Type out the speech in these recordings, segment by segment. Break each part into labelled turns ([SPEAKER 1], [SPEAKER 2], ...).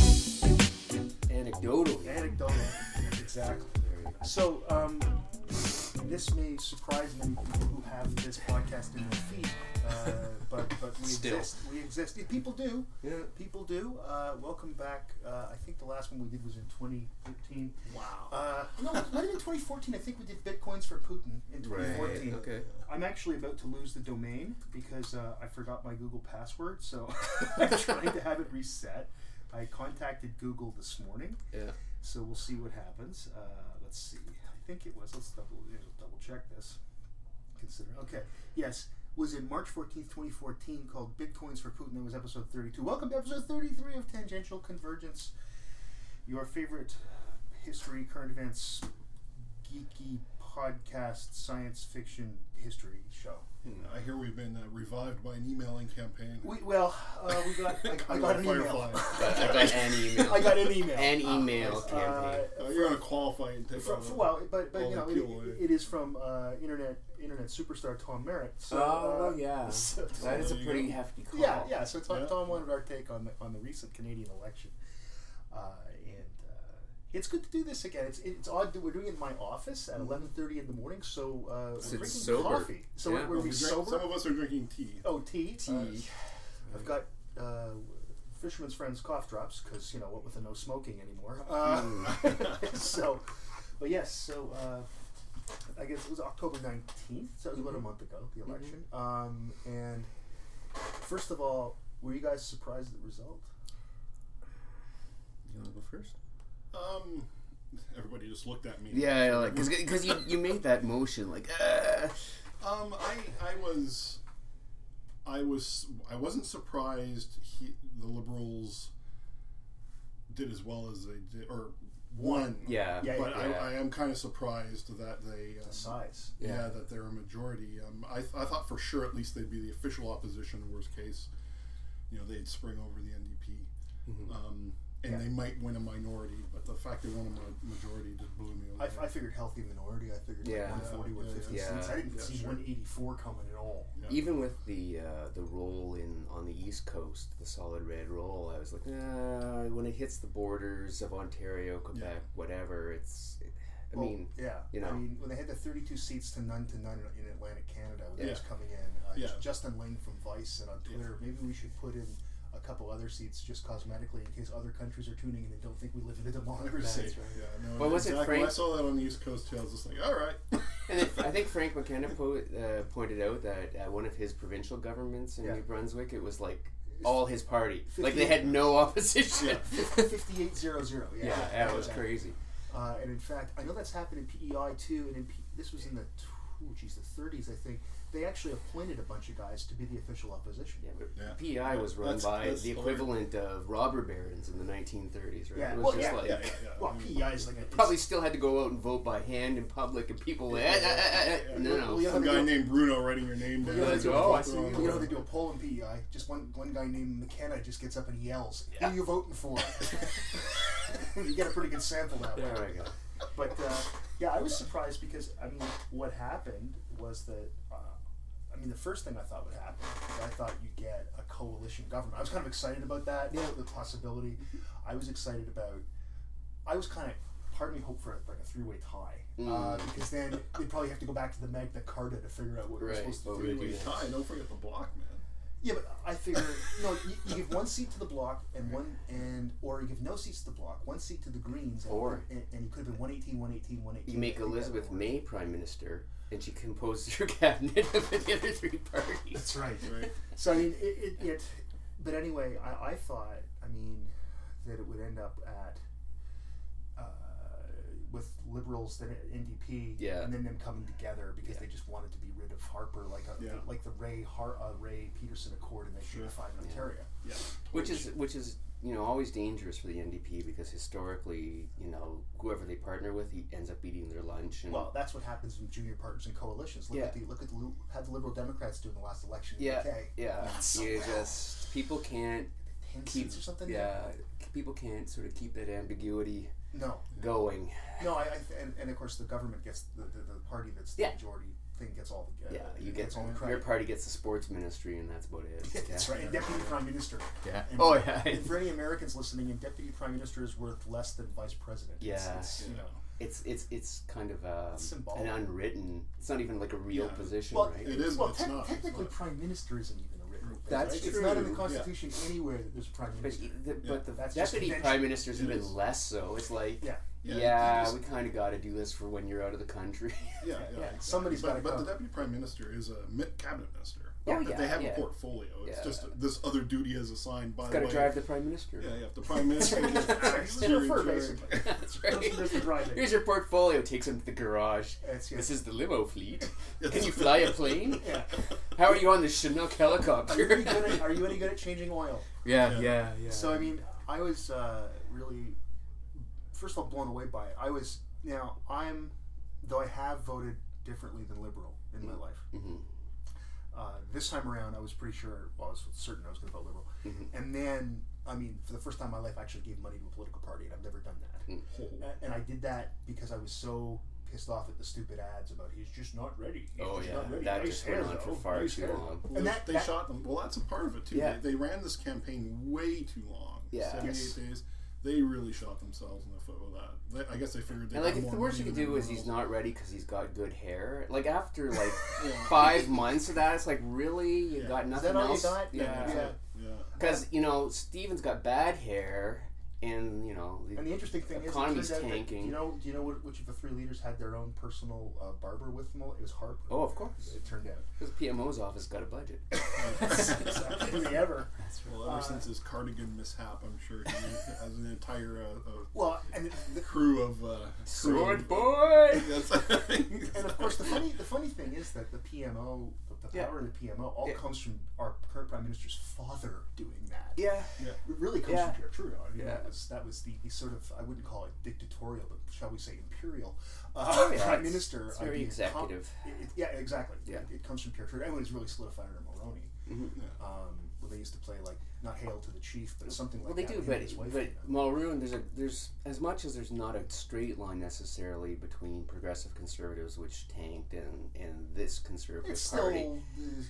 [SPEAKER 1] um, who, who have this podcast in their feed. Uh, but but we
[SPEAKER 2] Still.
[SPEAKER 1] exist. We exist. Yeah, people do.
[SPEAKER 2] Yeah.
[SPEAKER 1] People do. Uh, welcome back. Uh, I think the last one we did was in 2013.
[SPEAKER 3] Wow.
[SPEAKER 1] Uh, no, it might have been 2014. I think we did bitcoins for Putin in 2014.
[SPEAKER 2] Right. Okay.
[SPEAKER 1] I'm actually about to lose the domain because uh, I forgot my Google password, so I'm trying to have it reset. I contacted Google this morning,
[SPEAKER 2] Yeah.
[SPEAKER 1] so we'll see what happens. Uh, let's see. I think it was. Let's double you know, double check this. Consider okay. Yes, was in March 14th, 2014, called Bitcoins for Putin. That was episode 32. Welcome to episode 33 of Tangential Convergence. Your favorite history, current events, geeky podcast, science fiction, history show.
[SPEAKER 3] I hear we've been uh, revived by an emailing campaign.
[SPEAKER 1] We, well, uh, we got. I, I got an email.
[SPEAKER 3] Firefly.
[SPEAKER 2] Got- I got an email.
[SPEAKER 1] I got an email.
[SPEAKER 2] An email
[SPEAKER 1] Uh,
[SPEAKER 2] campaign.
[SPEAKER 3] Uh, you're gonna qualify and take
[SPEAKER 1] Fro-
[SPEAKER 3] all
[SPEAKER 1] fro-
[SPEAKER 3] the-
[SPEAKER 1] well, but but
[SPEAKER 3] Uh, all
[SPEAKER 1] you
[SPEAKER 3] the
[SPEAKER 1] know,
[SPEAKER 3] appeal
[SPEAKER 1] it,
[SPEAKER 3] away.
[SPEAKER 1] it is from uh, internet internet superstar Tom Merritt. So,
[SPEAKER 4] oh,
[SPEAKER 1] uh,
[SPEAKER 4] yeah.
[SPEAKER 1] so-
[SPEAKER 4] that is a
[SPEAKER 3] There you
[SPEAKER 4] pretty
[SPEAKER 3] go.
[SPEAKER 4] hefty call.
[SPEAKER 1] yeah, yeah. So Tom,
[SPEAKER 3] Yeah.
[SPEAKER 1] Tom wanted our take on the on the recent Canadian election, uh, and uh, it's good to do this again. It's it's odd that we're doing it in my office at eleven thirty in the morning. So uh, we're
[SPEAKER 2] Mm-hmm. it's
[SPEAKER 1] drinking
[SPEAKER 2] sober.
[SPEAKER 1] coffee. So
[SPEAKER 2] Yeah.
[SPEAKER 1] we're,
[SPEAKER 3] Well,
[SPEAKER 1] we
[SPEAKER 3] we drink-
[SPEAKER 1] sober.
[SPEAKER 3] Some of us are drinking tea.
[SPEAKER 1] oh, tea. Uh,
[SPEAKER 2] Tea.
[SPEAKER 1] I've got uh, Fisherman's Friends cough drops because you know what with the no smoking anymore. Uh, so, but yes, so uh, I guess it was October nineteenth, so it was about a month ago, the election. Um, and first of all, were you guys surprised at the result?
[SPEAKER 2] You want to go first?
[SPEAKER 3] Um, everybody just looked at me.
[SPEAKER 2] Yeah, yeah like because you, you made that motion like uh,
[SPEAKER 3] Um, I I was, I was I wasn't surprised he, the liberals did as well as they did or won.
[SPEAKER 2] yeah
[SPEAKER 1] Yeah,
[SPEAKER 3] But
[SPEAKER 2] yeah.
[SPEAKER 3] I, I am kind of surprised that they um,
[SPEAKER 1] The size.
[SPEAKER 3] yeah.
[SPEAKER 2] Yeah.
[SPEAKER 3] that they're a majority. Um, I, I thought for sure at least they'd be the official opposition. Worst case, you know, they'd spring over the NDP, um, and
[SPEAKER 1] Mm-hmm. Yeah.
[SPEAKER 3] they might win a minority. But the fact they won a ma- majority just blew me
[SPEAKER 1] I,
[SPEAKER 3] away.
[SPEAKER 1] I figured healthy minority. I figured
[SPEAKER 2] Yeah.
[SPEAKER 1] like 140,
[SPEAKER 3] Yeah,
[SPEAKER 1] 150
[SPEAKER 2] yeah,
[SPEAKER 1] cents. I didn't
[SPEAKER 3] yeah,
[SPEAKER 1] see
[SPEAKER 3] sure.
[SPEAKER 1] 184 coming at all.
[SPEAKER 2] even with the uh, the roll in on the east coast, the solid red roll, I was like, nah, when it hits the borders of Ontario, Quebec, whatever, it's. I
[SPEAKER 1] Well,
[SPEAKER 2] mean,
[SPEAKER 1] yeah,
[SPEAKER 2] you know.
[SPEAKER 1] I mean, when they had the 32 seats to none to none in Atlantic Canada, when that was
[SPEAKER 3] Yeah.
[SPEAKER 1] coming in, uh,
[SPEAKER 3] Yeah.
[SPEAKER 1] Justin Ling from Vice said on Twitter, maybe we should put in a couple other seats just cosmetically in case other countries are tuning and they don't think we live in a democracy.
[SPEAKER 3] That's right. Yeah, no,
[SPEAKER 2] But was it
[SPEAKER 3] exactly.
[SPEAKER 2] Frank-
[SPEAKER 3] When I saw that on the East Coast too. I was just like, all right.
[SPEAKER 2] and if, I think Frank McKenna po- uh, pointed out that at one of his provincial governments in
[SPEAKER 1] Yeah.
[SPEAKER 2] New Brunswick, it was like all his party, like they
[SPEAKER 1] 58.
[SPEAKER 2] had no opposition.
[SPEAKER 3] Yeah.
[SPEAKER 2] yeah,
[SPEAKER 1] 5800. Yeah,
[SPEAKER 2] that was crazy.
[SPEAKER 1] Uh, and in fact, I know that's happened in PEI too. And in P- this was in the tw- oh, geez, the 30s, I think. They actually appointed a bunch of guys to be the official opposition.
[SPEAKER 2] Yeah, but
[SPEAKER 3] Yeah.
[SPEAKER 2] PEI E was run
[SPEAKER 3] That's-
[SPEAKER 2] by
[SPEAKER 3] that's
[SPEAKER 2] the equivalent of robber barons in the 1930s, right?
[SPEAKER 1] Yeah.
[SPEAKER 2] It was
[SPEAKER 1] Well,
[SPEAKER 2] just
[SPEAKER 1] yeah,
[SPEAKER 2] like
[SPEAKER 3] yeah, yeah, yeah.
[SPEAKER 1] Well, PEI is like a,
[SPEAKER 2] probably still had to go out and vote by hand in public, and people eh, eh, eh, eh, eh, no, no.
[SPEAKER 1] Well, yeah.
[SPEAKER 3] Some guy named Bruno writing your name down.
[SPEAKER 1] Yeah,
[SPEAKER 2] that's- oh, I see.
[SPEAKER 3] Throw him
[SPEAKER 1] You know how they
[SPEAKER 3] on.
[SPEAKER 1] do a poll in PEI? Just one one guy named McKenna just gets up and yells, "Who you voting for?" you get a pretty good sample that way.
[SPEAKER 2] There I go.
[SPEAKER 1] But uh, yeah, I was surprised because I mean, what happened was that uh, I mean, the first thing I thought would happen, is I thought you'd get a coalition government. I was kind of excited about that,
[SPEAKER 2] Yeah.
[SPEAKER 1] the possibility. I was excited about. I was kind of, pardon me, hope for like a three-way tie
[SPEAKER 2] Mm.
[SPEAKER 1] uh, because then they'd probably have to go back to the Magna Carta to figure out what we're
[SPEAKER 2] Right,
[SPEAKER 1] supposed to
[SPEAKER 2] what
[SPEAKER 1] do.
[SPEAKER 2] we
[SPEAKER 1] with
[SPEAKER 2] do.
[SPEAKER 3] Wait, Ty, don't forget the block, man.
[SPEAKER 1] yeah, but I figure no. You, you give one seat to the block and one and or you give no seats to the block, one seat to the Greens, and,
[SPEAKER 2] Or-
[SPEAKER 1] and, and you could have been 118, 118, 118.
[SPEAKER 2] You make
[SPEAKER 1] I think that
[SPEAKER 2] Elizabeth
[SPEAKER 1] would work.
[SPEAKER 2] May prime minister, and she composes your cabinet with the other three parties.
[SPEAKER 1] That's right.
[SPEAKER 3] Right?
[SPEAKER 1] So I mean, it, it, it but anyway, I, I thought, I mean, that it would end up at uh, with liberals, then NDP,
[SPEAKER 2] Yeah.
[SPEAKER 1] and then them coming together because they just wanted to be rid of Harper, like a,
[SPEAKER 3] Yeah.
[SPEAKER 1] like the Ray Har- uh, Ray Peterson Accord, and they
[SPEAKER 3] Sure.
[SPEAKER 1] unified Ontario.
[SPEAKER 3] Yeah.
[SPEAKER 2] Which is which is you know always dangerous for the NDP because historically you know whoever they partner with he ends up eating their lunch and
[SPEAKER 1] Well, that's what happens in junior partners and coalitions. Look at the
[SPEAKER 2] Yeah.
[SPEAKER 1] look at the, Lu- how the Liberal Democrats do in the last election. in the
[SPEAKER 2] yeah
[SPEAKER 1] UK.
[SPEAKER 2] yeah
[SPEAKER 1] so
[SPEAKER 2] you
[SPEAKER 1] well.
[SPEAKER 2] just people can't
[SPEAKER 1] ten
[SPEAKER 2] keep
[SPEAKER 1] seats or something.
[SPEAKER 2] yeah people can't sort of keep that ambiguity
[SPEAKER 1] No,
[SPEAKER 2] going
[SPEAKER 1] no. I, I and, and of course the government gets the, the, the party that's the
[SPEAKER 2] Yeah.
[SPEAKER 1] majority thing gets all the uh,
[SPEAKER 2] yeah you get
[SPEAKER 1] gets all the
[SPEAKER 2] your
[SPEAKER 1] credit.
[SPEAKER 2] party gets the sports ministry and that's about it
[SPEAKER 1] Yeah, that's right. And deputy prime minister.
[SPEAKER 2] yeah
[SPEAKER 1] And-
[SPEAKER 2] oh yeah
[SPEAKER 1] And for any Americans listening, a deputy prime minister is worth less than vice president. It's-
[SPEAKER 2] Yeah.
[SPEAKER 1] it's, you know.
[SPEAKER 2] it's it's it's kind of a,
[SPEAKER 1] It's symbolic.
[SPEAKER 2] an unwritten. It's not even like a real
[SPEAKER 3] Yeah.
[SPEAKER 2] position,
[SPEAKER 1] Well,
[SPEAKER 2] right?
[SPEAKER 3] It is,
[SPEAKER 1] Well,
[SPEAKER 3] but it's
[SPEAKER 1] tec-
[SPEAKER 3] not, it's
[SPEAKER 1] technically,
[SPEAKER 3] not.
[SPEAKER 1] prime minister isn't even a written. thing,
[SPEAKER 2] That's
[SPEAKER 1] right? It's not in
[SPEAKER 2] true,
[SPEAKER 1] the
[SPEAKER 2] yeah.
[SPEAKER 1] Constitution anywhere that there's a prime
[SPEAKER 2] But,
[SPEAKER 1] minister.
[SPEAKER 2] he- the, but the
[SPEAKER 1] That's just
[SPEAKER 2] deputy
[SPEAKER 1] convention.
[SPEAKER 2] prime minister is
[SPEAKER 3] It
[SPEAKER 2] even
[SPEAKER 3] is.
[SPEAKER 2] less so. It's like,
[SPEAKER 1] Yeah.
[SPEAKER 2] yeah,
[SPEAKER 3] Yeah, you just-
[SPEAKER 2] we kind of got to do this for when you're out of the country.
[SPEAKER 3] Yeah, yeah.
[SPEAKER 1] Yeah,
[SPEAKER 3] exactly.
[SPEAKER 1] somebody's gotta
[SPEAKER 3] but, but
[SPEAKER 1] come.
[SPEAKER 3] the deputy prime minister is a mi- cabinet minister.
[SPEAKER 2] Oh,
[SPEAKER 3] But
[SPEAKER 2] yeah,
[SPEAKER 3] they have a
[SPEAKER 2] yeah.
[SPEAKER 3] portfolio. It's
[SPEAKER 2] Yeah.
[SPEAKER 3] just this other duty is assigned by
[SPEAKER 2] Got
[SPEAKER 3] the
[SPEAKER 2] to
[SPEAKER 3] way.
[SPEAKER 2] drive the prime minister.
[SPEAKER 3] yeah, yeah. If the prime minister is
[SPEAKER 1] It's
[SPEAKER 3] actually
[SPEAKER 1] a chauffeur,
[SPEAKER 3] in charge-
[SPEAKER 1] basically.
[SPEAKER 2] That's right.
[SPEAKER 1] There's the driving.
[SPEAKER 2] Here's your portfolio. Takes him to the garage.
[SPEAKER 1] It's, yeah.
[SPEAKER 2] This is the limo fleet.
[SPEAKER 3] Yes.
[SPEAKER 2] Can you fly a plane?
[SPEAKER 1] Yeah.
[SPEAKER 2] How are you on the Chinook
[SPEAKER 1] Are you, any
[SPEAKER 2] helicopter?
[SPEAKER 1] good at, are you any good at changing oil?
[SPEAKER 2] yeah,
[SPEAKER 3] Yeah.
[SPEAKER 2] yeah, yeah.
[SPEAKER 1] So I mean, I was uh, really, first of all, blown away by it. I was now I'm, though I have voted differently than liberal in my life.
[SPEAKER 2] Mhm.
[SPEAKER 1] Uh, this time around, I was pretty sure, well, I was certain I was going to vote liberal. And then, I mean, for the first time in my life, I actually gave money to a political party, and I've never done that. A- And I did that because I was so pissed off at the stupid ads about he's just not ready. He's
[SPEAKER 2] Oh
[SPEAKER 1] just
[SPEAKER 2] yeah,
[SPEAKER 1] not ready.
[SPEAKER 2] that
[SPEAKER 1] Nice
[SPEAKER 2] just
[SPEAKER 1] hair,
[SPEAKER 2] went on for
[SPEAKER 1] though.
[SPEAKER 2] far
[SPEAKER 1] Nice
[SPEAKER 2] too
[SPEAKER 1] hair."
[SPEAKER 2] long.
[SPEAKER 3] Well,
[SPEAKER 1] And that-
[SPEAKER 3] they
[SPEAKER 1] that-
[SPEAKER 3] shot them. Well, that's a part of it too.
[SPEAKER 2] Yeah.
[SPEAKER 3] They, they ran this campaign way too long.
[SPEAKER 2] Yeah.
[SPEAKER 3] seventy-eight
[SPEAKER 1] Yes.
[SPEAKER 3] days. They really shot themselves in the foot with that. They, I guess they figured. They
[SPEAKER 2] And like,
[SPEAKER 3] got
[SPEAKER 2] if the
[SPEAKER 3] more
[SPEAKER 2] worst you
[SPEAKER 3] money
[SPEAKER 2] could
[SPEAKER 3] than
[SPEAKER 2] do is he's
[SPEAKER 3] everyone
[SPEAKER 2] not ready because he's got good hair. Like after like
[SPEAKER 3] Yeah.
[SPEAKER 2] five months of that, it's like really you
[SPEAKER 3] Yeah.
[SPEAKER 2] got
[SPEAKER 1] Is
[SPEAKER 2] nothing
[SPEAKER 1] that all you
[SPEAKER 2] else.
[SPEAKER 1] got?
[SPEAKER 3] else.
[SPEAKER 2] Yeah,
[SPEAKER 1] Yeah.
[SPEAKER 3] Yeah.
[SPEAKER 2] because you know Steven's got bad hair, and you know the,
[SPEAKER 1] And the interesting thing is, it
[SPEAKER 2] Economy's
[SPEAKER 1] turns out that- do
[SPEAKER 2] tanking.
[SPEAKER 1] you know, do you know what, which of the three leaders had their own personal uh, barber with them? all? It was Harper.
[SPEAKER 2] oh, of course,
[SPEAKER 1] It turned out.
[SPEAKER 2] because PMO's office got a budget.
[SPEAKER 1] Exactly ever.
[SPEAKER 3] Well,
[SPEAKER 2] Uh,
[SPEAKER 3] ever since his cardigan mishap, I'm sure he has an entire uh,
[SPEAKER 1] Well, and
[SPEAKER 3] uh, crew of uh, crew
[SPEAKER 2] Sword
[SPEAKER 3] of-
[SPEAKER 2] boy.
[SPEAKER 3] That's
[SPEAKER 1] and of course the funny the funny thing is that the PMO the, the
[SPEAKER 2] Yeah.
[SPEAKER 1] power of the PMO all
[SPEAKER 2] Yeah.
[SPEAKER 1] comes from our current prime minister's father doing that.
[SPEAKER 2] Yeah,
[SPEAKER 1] It really comes
[SPEAKER 2] Yeah.
[SPEAKER 1] from Pierre Trudeau. I mean, that
[SPEAKER 2] Yeah.
[SPEAKER 1] was that was the, the sort of I wouldn't call it dictatorial, but shall we say imperial uh,
[SPEAKER 2] Oh, yeah,
[SPEAKER 1] prime
[SPEAKER 2] it's-
[SPEAKER 1] minister.
[SPEAKER 2] it's very
[SPEAKER 1] idea.
[SPEAKER 2] executive.
[SPEAKER 1] Com- it- it- yeah, exactly.
[SPEAKER 2] Yeah. Mm-hmm.
[SPEAKER 1] It, it comes from Pierre Trudeau. Everyone's really solidified under Mulroney.
[SPEAKER 3] Yeah.
[SPEAKER 1] Um, where they used to play like not hail to the chief, but something like
[SPEAKER 2] well they
[SPEAKER 1] that.
[SPEAKER 2] do,
[SPEAKER 1] him
[SPEAKER 2] but
[SPEAKER 1] and his wife,
[SPEAKER 2] but
[SPEAKER 1] you know.
[SPEAKER 2] Mulroon, there's a there's as much as there's not a straight line necessarily between progressive conservatives, which tanked, and and this conservative
[SPEAKER 1] it's still
[SPEAKER 2] party.
[SPEAKER 1] the
[SPEAKER 2] Mulrooney,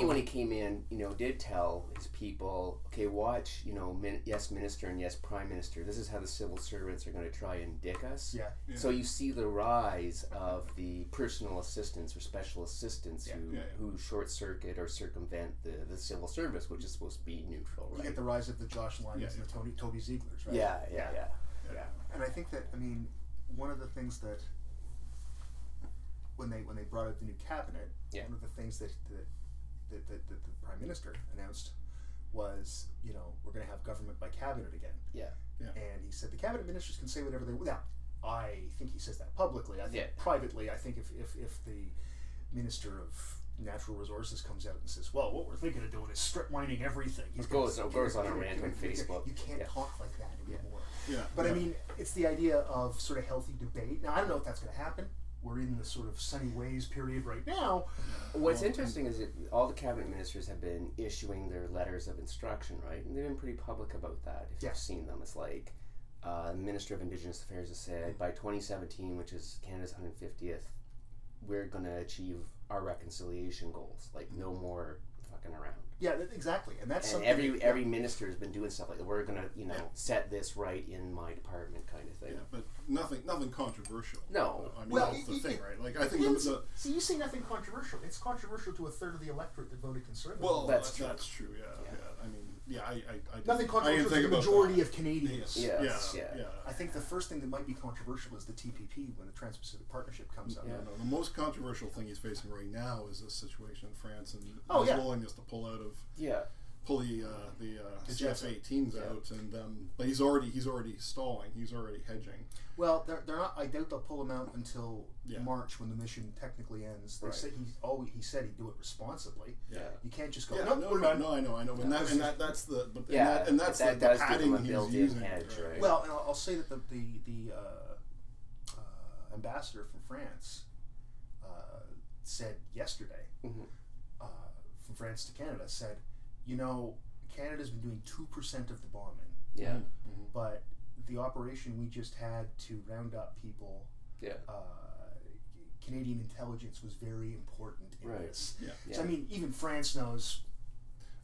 [SPEAKER 1] historical-
[SPEAKER 2] when he came in, you know, did tell his people, okay, watch, you know, min- yes, minister and yes, prime minister. This is how the civil servants are going to try and dick us.
[SPEAKER 1] Yeah.
[SPEAKER 2] So you see the rise of the personal assistants or special assistants who,
[SPEAKER 3] Yeah, yeah.
[SPEAKER 2] who short circuit or circumvent the, the civil service, which is supposed to be neutral,
[SPEAKER 1] You
[SPEAKER 2] right?
[SPEAKER 1] get the rise of the Josh Lyons
[SPEAKER 3] Yeah.
[SPEAKER 1] and the Tony Toby Ziegler's, right?
[SPEAKER 2] Yeah, yeah, yeah.
[SPEAKER 3] Yeah.
[SPEAKER 1] And I think that I mean one of the things that when they when they brought out the new cabinet,
[SPEAKER 2] Yeah.
[SPEAKER 1] one of the things that that, that, that, that the prime minister announced was you know we're going to have government by cabinet again.
[SPEAKER 2] Yeah.
[SPEAKER 3] Yeah.
[SPEAKER 1] And he said the cabinet ministers can say whatever they want. Now I think he says that publicly. I think
[SPEAKER 2] Yeah.
[SPEAKER 1] privately, I think if, if if the minister of natural resources comes out and says, "Well, what we're thinking of doing is strip mining everything." He's
[SPEAKER 2] It
[SPEAKER 1] gonna-
[SPEAKER 2] goes- it goes on a rant on Facebook.
[SPEAKER 1] You can't
[SPEAKER 2] Yeah.
[SPEAKER 1] talk like that anymore.
[SPEAKER 3] Yeah.
[SPEAKER 1] But
[SPEAKER 3] yeah.
[SPEAKER 1] I mean, it's the idea of sort of healthy debate. Now, I don't know if that's going to happen. We're in the sort of sunny ways period right now.
[SPEAKER 2] What's
[SPEAKER 1] Um,
[SPEAKER 2] interesting is that all the cabinet ministers have been issuing their letters of instruction, right? And they've been pretty public about that. If
[SPEAKER 1] Yeah.
[SPEAKER 2] you've seen them, it's like uh, the Minister of Indigenous Affairs has said by 2017, which is Canada's 150th, we're going to achieve our reconciliation goals. Like no more fucking around.
[SPEAKER 1] Yeah, that, exactly. And that's
[SPEAKER 2] And
[SPEAKER 1] Mm-hmm. something.
[SPEAKER 2] every every minister has been doing stuff like we're going to you know set this right in my department kind of thing.
[SPEAKER 3] Yeah, but nothing, nothing controversial.
[SPEAKER 2] No.
[SPEAKER 3] I mean
[SPEAKER 1] Well,
[SPEAKER 3] that's
[SPEAKER 1] it-
[SPEAKER 3] the
[SPEAKER 1] it-
[SPEAKER 3] thing, right? Like I think
[SPEAKER 1] Depends.
[SPEAKER 3] the, the
[SPEAKER 1] See, you say nothing controversial. It's controversial to a third of the electorate that voted conservative.
[SPEAKER 3] well,
[SPEAKER 2] That's
[SPEAKER 3] that's
[SPEAKER 2] true.
[SPEAKER 3] true. That's true. Yeah, yeah. I mean, yeah, I, I, I didn't-
[SPEAKER 1] nothing
[SPEAKER 3] I didn't
[SPEAKER 1] controversial to
[SPEAKER 3] think
[SPEAKER 1] the
[SPEAKER 3] about
[SPEAKER 1] majority
[SPEAKER 3] that.
[SPEAKER 1] of Canadians.
[SPEAKER 2] Yes,
[SPEAKER 3] yeah,
[SPEAKER 2] yeah.
[SPEAKER 3] yeah.
[SPEAKER 1] I think the first thing that might be controversial is the TPP when the Trans-Pacific Partnership comes up.
[SPEAKER 2] Yeah.
[SPEAKER 3] No, the most controversial thing he's facing right now is this situation in France and
[SPEAKER 1] Oh,
[SPEAKER 3] his
[SPEAKER 1] yeah.
[SPEAKER 3] willingness to pull out of
[SPEAKER 2] Yeah.
[SPEAKER 3] pull the uh, the uh,
[SPEAKER 1] The jets out.
[SPEAKER 3] CF-18s
[SPEAKER 2] Yeah.
[SPEAKER 3] out, and um, but he's already he's already stalling. He's already hedging.
[SPEAKER 1] Well, they're, they're not. I doubt they'll pull him out until
[SPEAKER 3] Yeah.
[SPEAKER 1] March when the mission technically ends. They
[SPEAKER 2] Right.
[SPEAKER 1] said he. Oh, he said he'd do it responsibly.
[SPEAKER 2] Yeah.
[SPEAKER 1] You can't just go.
[SPEAKER 3] Yeah,
[SPEAKER 1] "Nope,
[SPEAKER 3] no,
[SPEAKER 1] we're
[SPEAKER 3] no,
[SPEAKER 1] done."
[SPEAKER 3] no, I know, I know, and that and that that's the but
[SPEAKER 2] Yeah,
[SPEAKER 3] and, that, and that's
[SPEAKER 2] but
[SPEAKER 3] the,
[SPEAKER 2] that
[SPEAKER 3] the
[SPEAKER 2] does give him
[SPEAKER 3] padding
[SPEAKER 2] a
[SPEAKER 3] he's
[SPEAKER 2] built-in
[SPEAKER 3] using.
[SPEAKER 2] hedge, right?
[SPEAKER 1] Well, and I'll, I'll say that the the, the uh, uh, ambassador from France uh, said yesterday,
[SPEAKER 2] Mhm.
[SPEAKER 1] uh, from France to Canada, said, you know, Canada's been doing two percent of the bombing,
[SPEAKER 2] Yeah. Mm-hmm.
[SPEAKER 1] but the operation we just had to round up people,
[SPEAKER 2] Yeah.
[SPEAKER 1] uh, Canadian intelligence was very important in
[SPEAKER 2] Right.
[SPEAKER 1] this.
[SPEAKER 3] Yeah.
[SPEAKER 1] So I mean, even France knows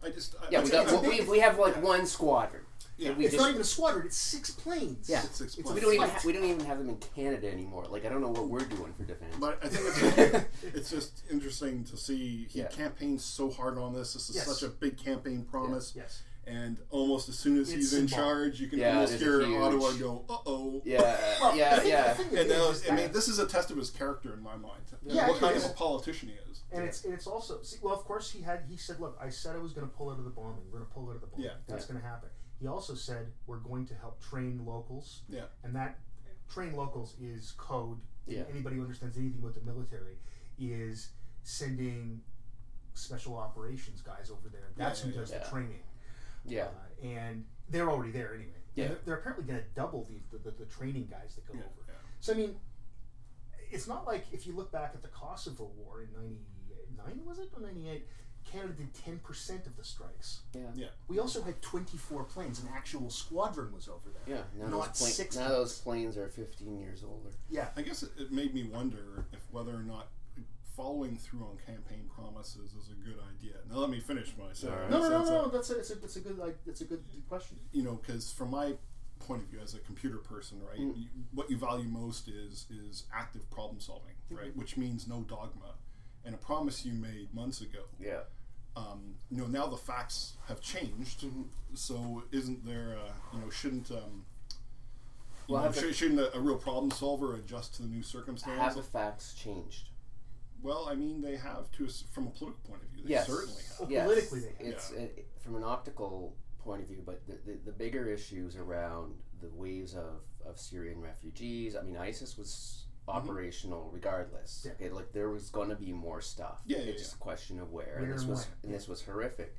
[SPEAKER 3] I just I,
[SPEAKER 2] Yeah,
[SPEAKER 3] I
[SPEAKER 2] we,
[SPEAKER 3] think
[SPEAKER 2] got,
[SPEAKER 3] it's-
[SPEAKER 1] well,
[SPEAKER 2] we, we have like
[SPEAKER 1] Yeah.
[SPEAKER 2] one squadron.
[SPEAKER 3] yeah,
[SPEAKER 2] we
[SPEAKER 1] it's
[SPEAKER 2] just-
[SPEAKER 1] not even a squadron. It's six planes.
[SPEAKER 2] Yeah.
[SPEAKER 3] it's six
[SPEAKER 1] we
[SPEAKER 3] points.
[SPEAKER 2] We don't even
[SPEAKER 1] Right.
[SPEAKER 2] ha- we don't even have them in Canada anymore. Like I don't know what we're doing for defense.
[SPEAKER 3] But I think it's, it's just interesting to see he
[SPEAKER 2] Yeah.
[SPEAKER 3] campaigns so hard on this. This is
[SPEAKER 1] Yes.
[SPEAKER 3] such a big campaign promise,
[SPEAKER 1] Yes.
[SPEAKER 3] and almost as soon as
[SPEAKER 1] It's
[SPEAKER 3] he's in
[SPEAKER 1] symbolic.
[SPEAKER 3] charge, you can
[SPEAKER 2] Yeah,
[SPEAKER 3] almost
[SPEAKER 2] there's a
[SPEAKER 3] hear
[SPEAKER 2] huge-
[SPEAKER 3] Ottawa go, "Uh oh."
[SPEAKER 2] yeah,
[SPEAKER 1] Well, the
[SPEAKER 2] yeah,
[SPEAKER 1] thing-
[SPEAKER 2] yeah.
[SPEAKER 1] the thing
[SPEAKER 3] And
[SPEAKER 1] is,
[SPEAKER 3] now,
[SPEAKER 1] is
[SPEAKER 3] I
[SPEAKER 1] that-
[SPEAKER 3] mean, this is a test of his character in my mind.
[SPEAKER 1] Yeah,
[SPEAKER 3] what
[SPEAKER 1] it
[SPEAKER 3] kind
[SPEAKER 1] is.
[SPEAKER 3] of a politician he is.
[SPEAKER 1] And it's and it's also see, well, of course he had he said, look, I said I was going to pull out of the bombing. We're going to pull out of the bombing.
[SPEAKER 3] Yeah.
[SPEAKER 1] That's going to happen. He also said we're going to help train locals.
[SPEAKER 3] Yeah.
[SPEAKER 1] And that train locals is code. and
[SPEAKER 2] Yeah.
[SPEAKER 1] Anybody who understands anything about the military is sending special operations guys over there. That's
[SPEAKER 3] Yeah,
[SPEAKER 1] who
[SPEAKER 3] yeah,
[SPEAKER 1] does
[SPEAKER 2] yeah.
[SPEAKER 1] the training.
[SPEAKER 2] Yeah.
[SPEAKER 1] Uh, and they're already there anyway.
[SPEAKER 2] Yeah.
[SPEAKER 1] They're, they're apparently going to double the, the, the, the training guys that go
[SPEAKER 3] Yeah,
[SPEAKER 1] over.
[SPEAKER 3] yeah.
[SPEAKER 1] So I mean, it's not like if you look back at the Kosovo War in '99, was it or '98? Canada did 10% of the strikes.
[SPEAKER 2] Yeah.
[SPEAKER 1] We also had 24 planes. An actual squadron was over there.
[SPEAKER 2] Yeah. Now,
[SPEAKER 1] Not
[SPEAKER 2] those,
[SPEAKER 1] six
[SPEAKER 2] now those planes are 15 years older.
[SPEAKER 1] Yeah.
[SPEAKER 3] I guess it, it made me wonder if whether or not following through on campaign promises is a good idea. Now let me finish my sentence.
[SPEAKER 1] No, no, no, no. That's a, it's a, it's a good like it's a good question.
[SPEAKER 3] You know, because from my point of view as a computer person, right,
[SPEAKER 1] Mm.
[SPEAKER 3] you, what you value most is is active problem solving,
[SPEAKER 1] Mm-hmm.
[SPEAKER 3] right, which means no dogma. And a promise you made months ago,
[SPEAKER 2] Yeah.
[SPEAKER 3] um, you know, now the facts have changed.
[SPEAKER 1] Mm-hmm.
[SPEAKER 3] So isn't there, a, you know, shouldn't um, you
[SPEAKER 2] Well,
[SPEAKER 3] know,
[SPEAKER 2] have the-
[SPEAKER 3] sh- shouldn't a, a real problem solver adjust to the new circumstances?
[SPEAKER 2] Have the facts changed?
[SPEAKER 3] Well, I mean, they have to s- from a political point of view. They
[SPEAKER 2] Yes.
[SPEAKER 3] certainly have.
[SPEAKER 1] Well,
[SPEAKER 2] Yes.
[SPEAKER 1] politically they have.
[SPEAKER 2] It's it, from an optical point of view, but the, the, the bigger issues around the waves of, of Syrian refugees. I mean, ISIS was
[SPEAKER 3] Mm-hmm.
[SPEAKER 2] operational regardless.
[SPEAKER 1] Yeah.
[SPEAKER 2] Okay, like there was going to be more stuff.
[SPEAKER 3] Yeah,
[SPEAKER 2] it's
[SPEAKER 3] yeah,
[SPEAKER 2] just
[SPEAKER 3] yeah.
[SPEAKER 2] a question of where,
[SPEAKER 1] Where
[SPEAKER 2] and this
[SPEAKER 1] and
[SPEAKER 2] was
[SPEAKER 1] when,
[SPEAKER 2] and this was horrific.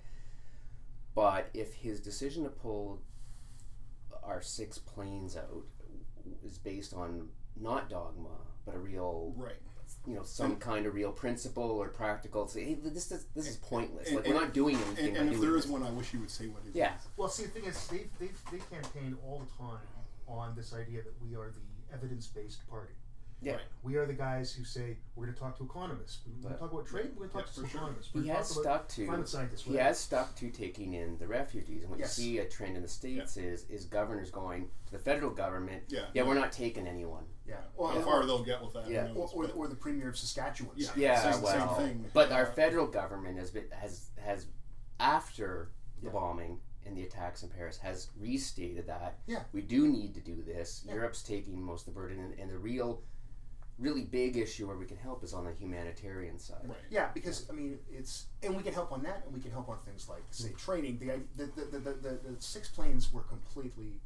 [SPEAKER 2] But if his decision to pull our six planes out is based on not dogma but a real
[SPEAKER 3] Right.
[SPEAKER 2] you know some kind of real principle or practical say hey this is this is pointless
[SPEAKER 3] and-
[SPEAKER 2] like we're
[SPEAKER 3] and-
[SPEAKER 2] not doing
[SPEAKER 3] And,
[SPEAKER 2] anything
[SPEAKER 3] and
[SPEAKER 2] by
[SPEAKER 3] if
[SPEAKER 2] doing
[SPEAKER 3] there
[SPEAKER 2] this.
[SPEAKER 3] is one, I wish you would say what it is.
[SPEAKER 2] Yeah.
[SPEAKER 1] Well, see, the thing is, they they they campaign all the time on this idea that we are the evidence-based party.
[SPEAKER 2] Yeah.
[SPEAKER 3] Right.
[SPEAKER 1] We are the guys who say we're going to talk to economists. We're going
[SPEAKER 2] Right.
[SPEAKER 1] to talk about trade. We're going to
[SPEAKER 3] Yeah,
[SPEAKER 1] talk
[SPEAKER 3] for
[SPEAKER 1] to
[SPEAKER 3] sure.
[SPEAKER 1] economists. We're
[SPEAKER 2] he
[SPEAKER 1] gonna
[SPEAKER 2] has
[SPEAKER 1] talk about
[SPEAKER 2] stuck to
[SPEAKER 1] climate scientists.
[SPEAKER 2] he
[SPEAKER 1] whatever.
[SPEAKER 2] has stuck to taking in the refugees, and what
[SPEAKER 1] Yes.
[SPEAKER 2] you see a trend in the states is is governors going to the federal government.
[SPEAKER 3] Yeah.
[SPEAKER 2] yeah, we're not taking anyone.
[SPEAKER 1] Yeah.
[SPEAKER 3] How far they'll get with that?
[SPEAKER 2] Yeah.
[SPEAKER 3] Who
[SPEAKER 1] or,
[SPEAKER 3] knows,
[SPEAKER 1] or,
[SPEAKER 3] but-
[SPEAKER 1] or the premier of Saskatchewan.
[SPEAKER 3] Yeah.
[SPEAKER 2] Yeah,
[SPEAKER 3] Same- same
[SPEAKER 2] well,
[SPEAKER 3] thing.
[SPEAKER 2] but our
[SPEAKER 3] Yeah.
[SPEAKER 2] federal government has been has has after the bombing and the attacks in Paris has restated that.
[SPEAKER 1] Yeah.
[SPEAKER 2] we do need to do this.
[SPEAKER 1] Yeah.
[SPEAKER 2] Europe's taking most of the burden, and, and the real, really big issue where we can help is on the humanitarian side.
[SPEAKER 3] right.
[SPEAKER 1] Yeah, because I mean, it's and we can help on that, and we can help on things like say training. The i- the the, the, the, the, the six planes were completely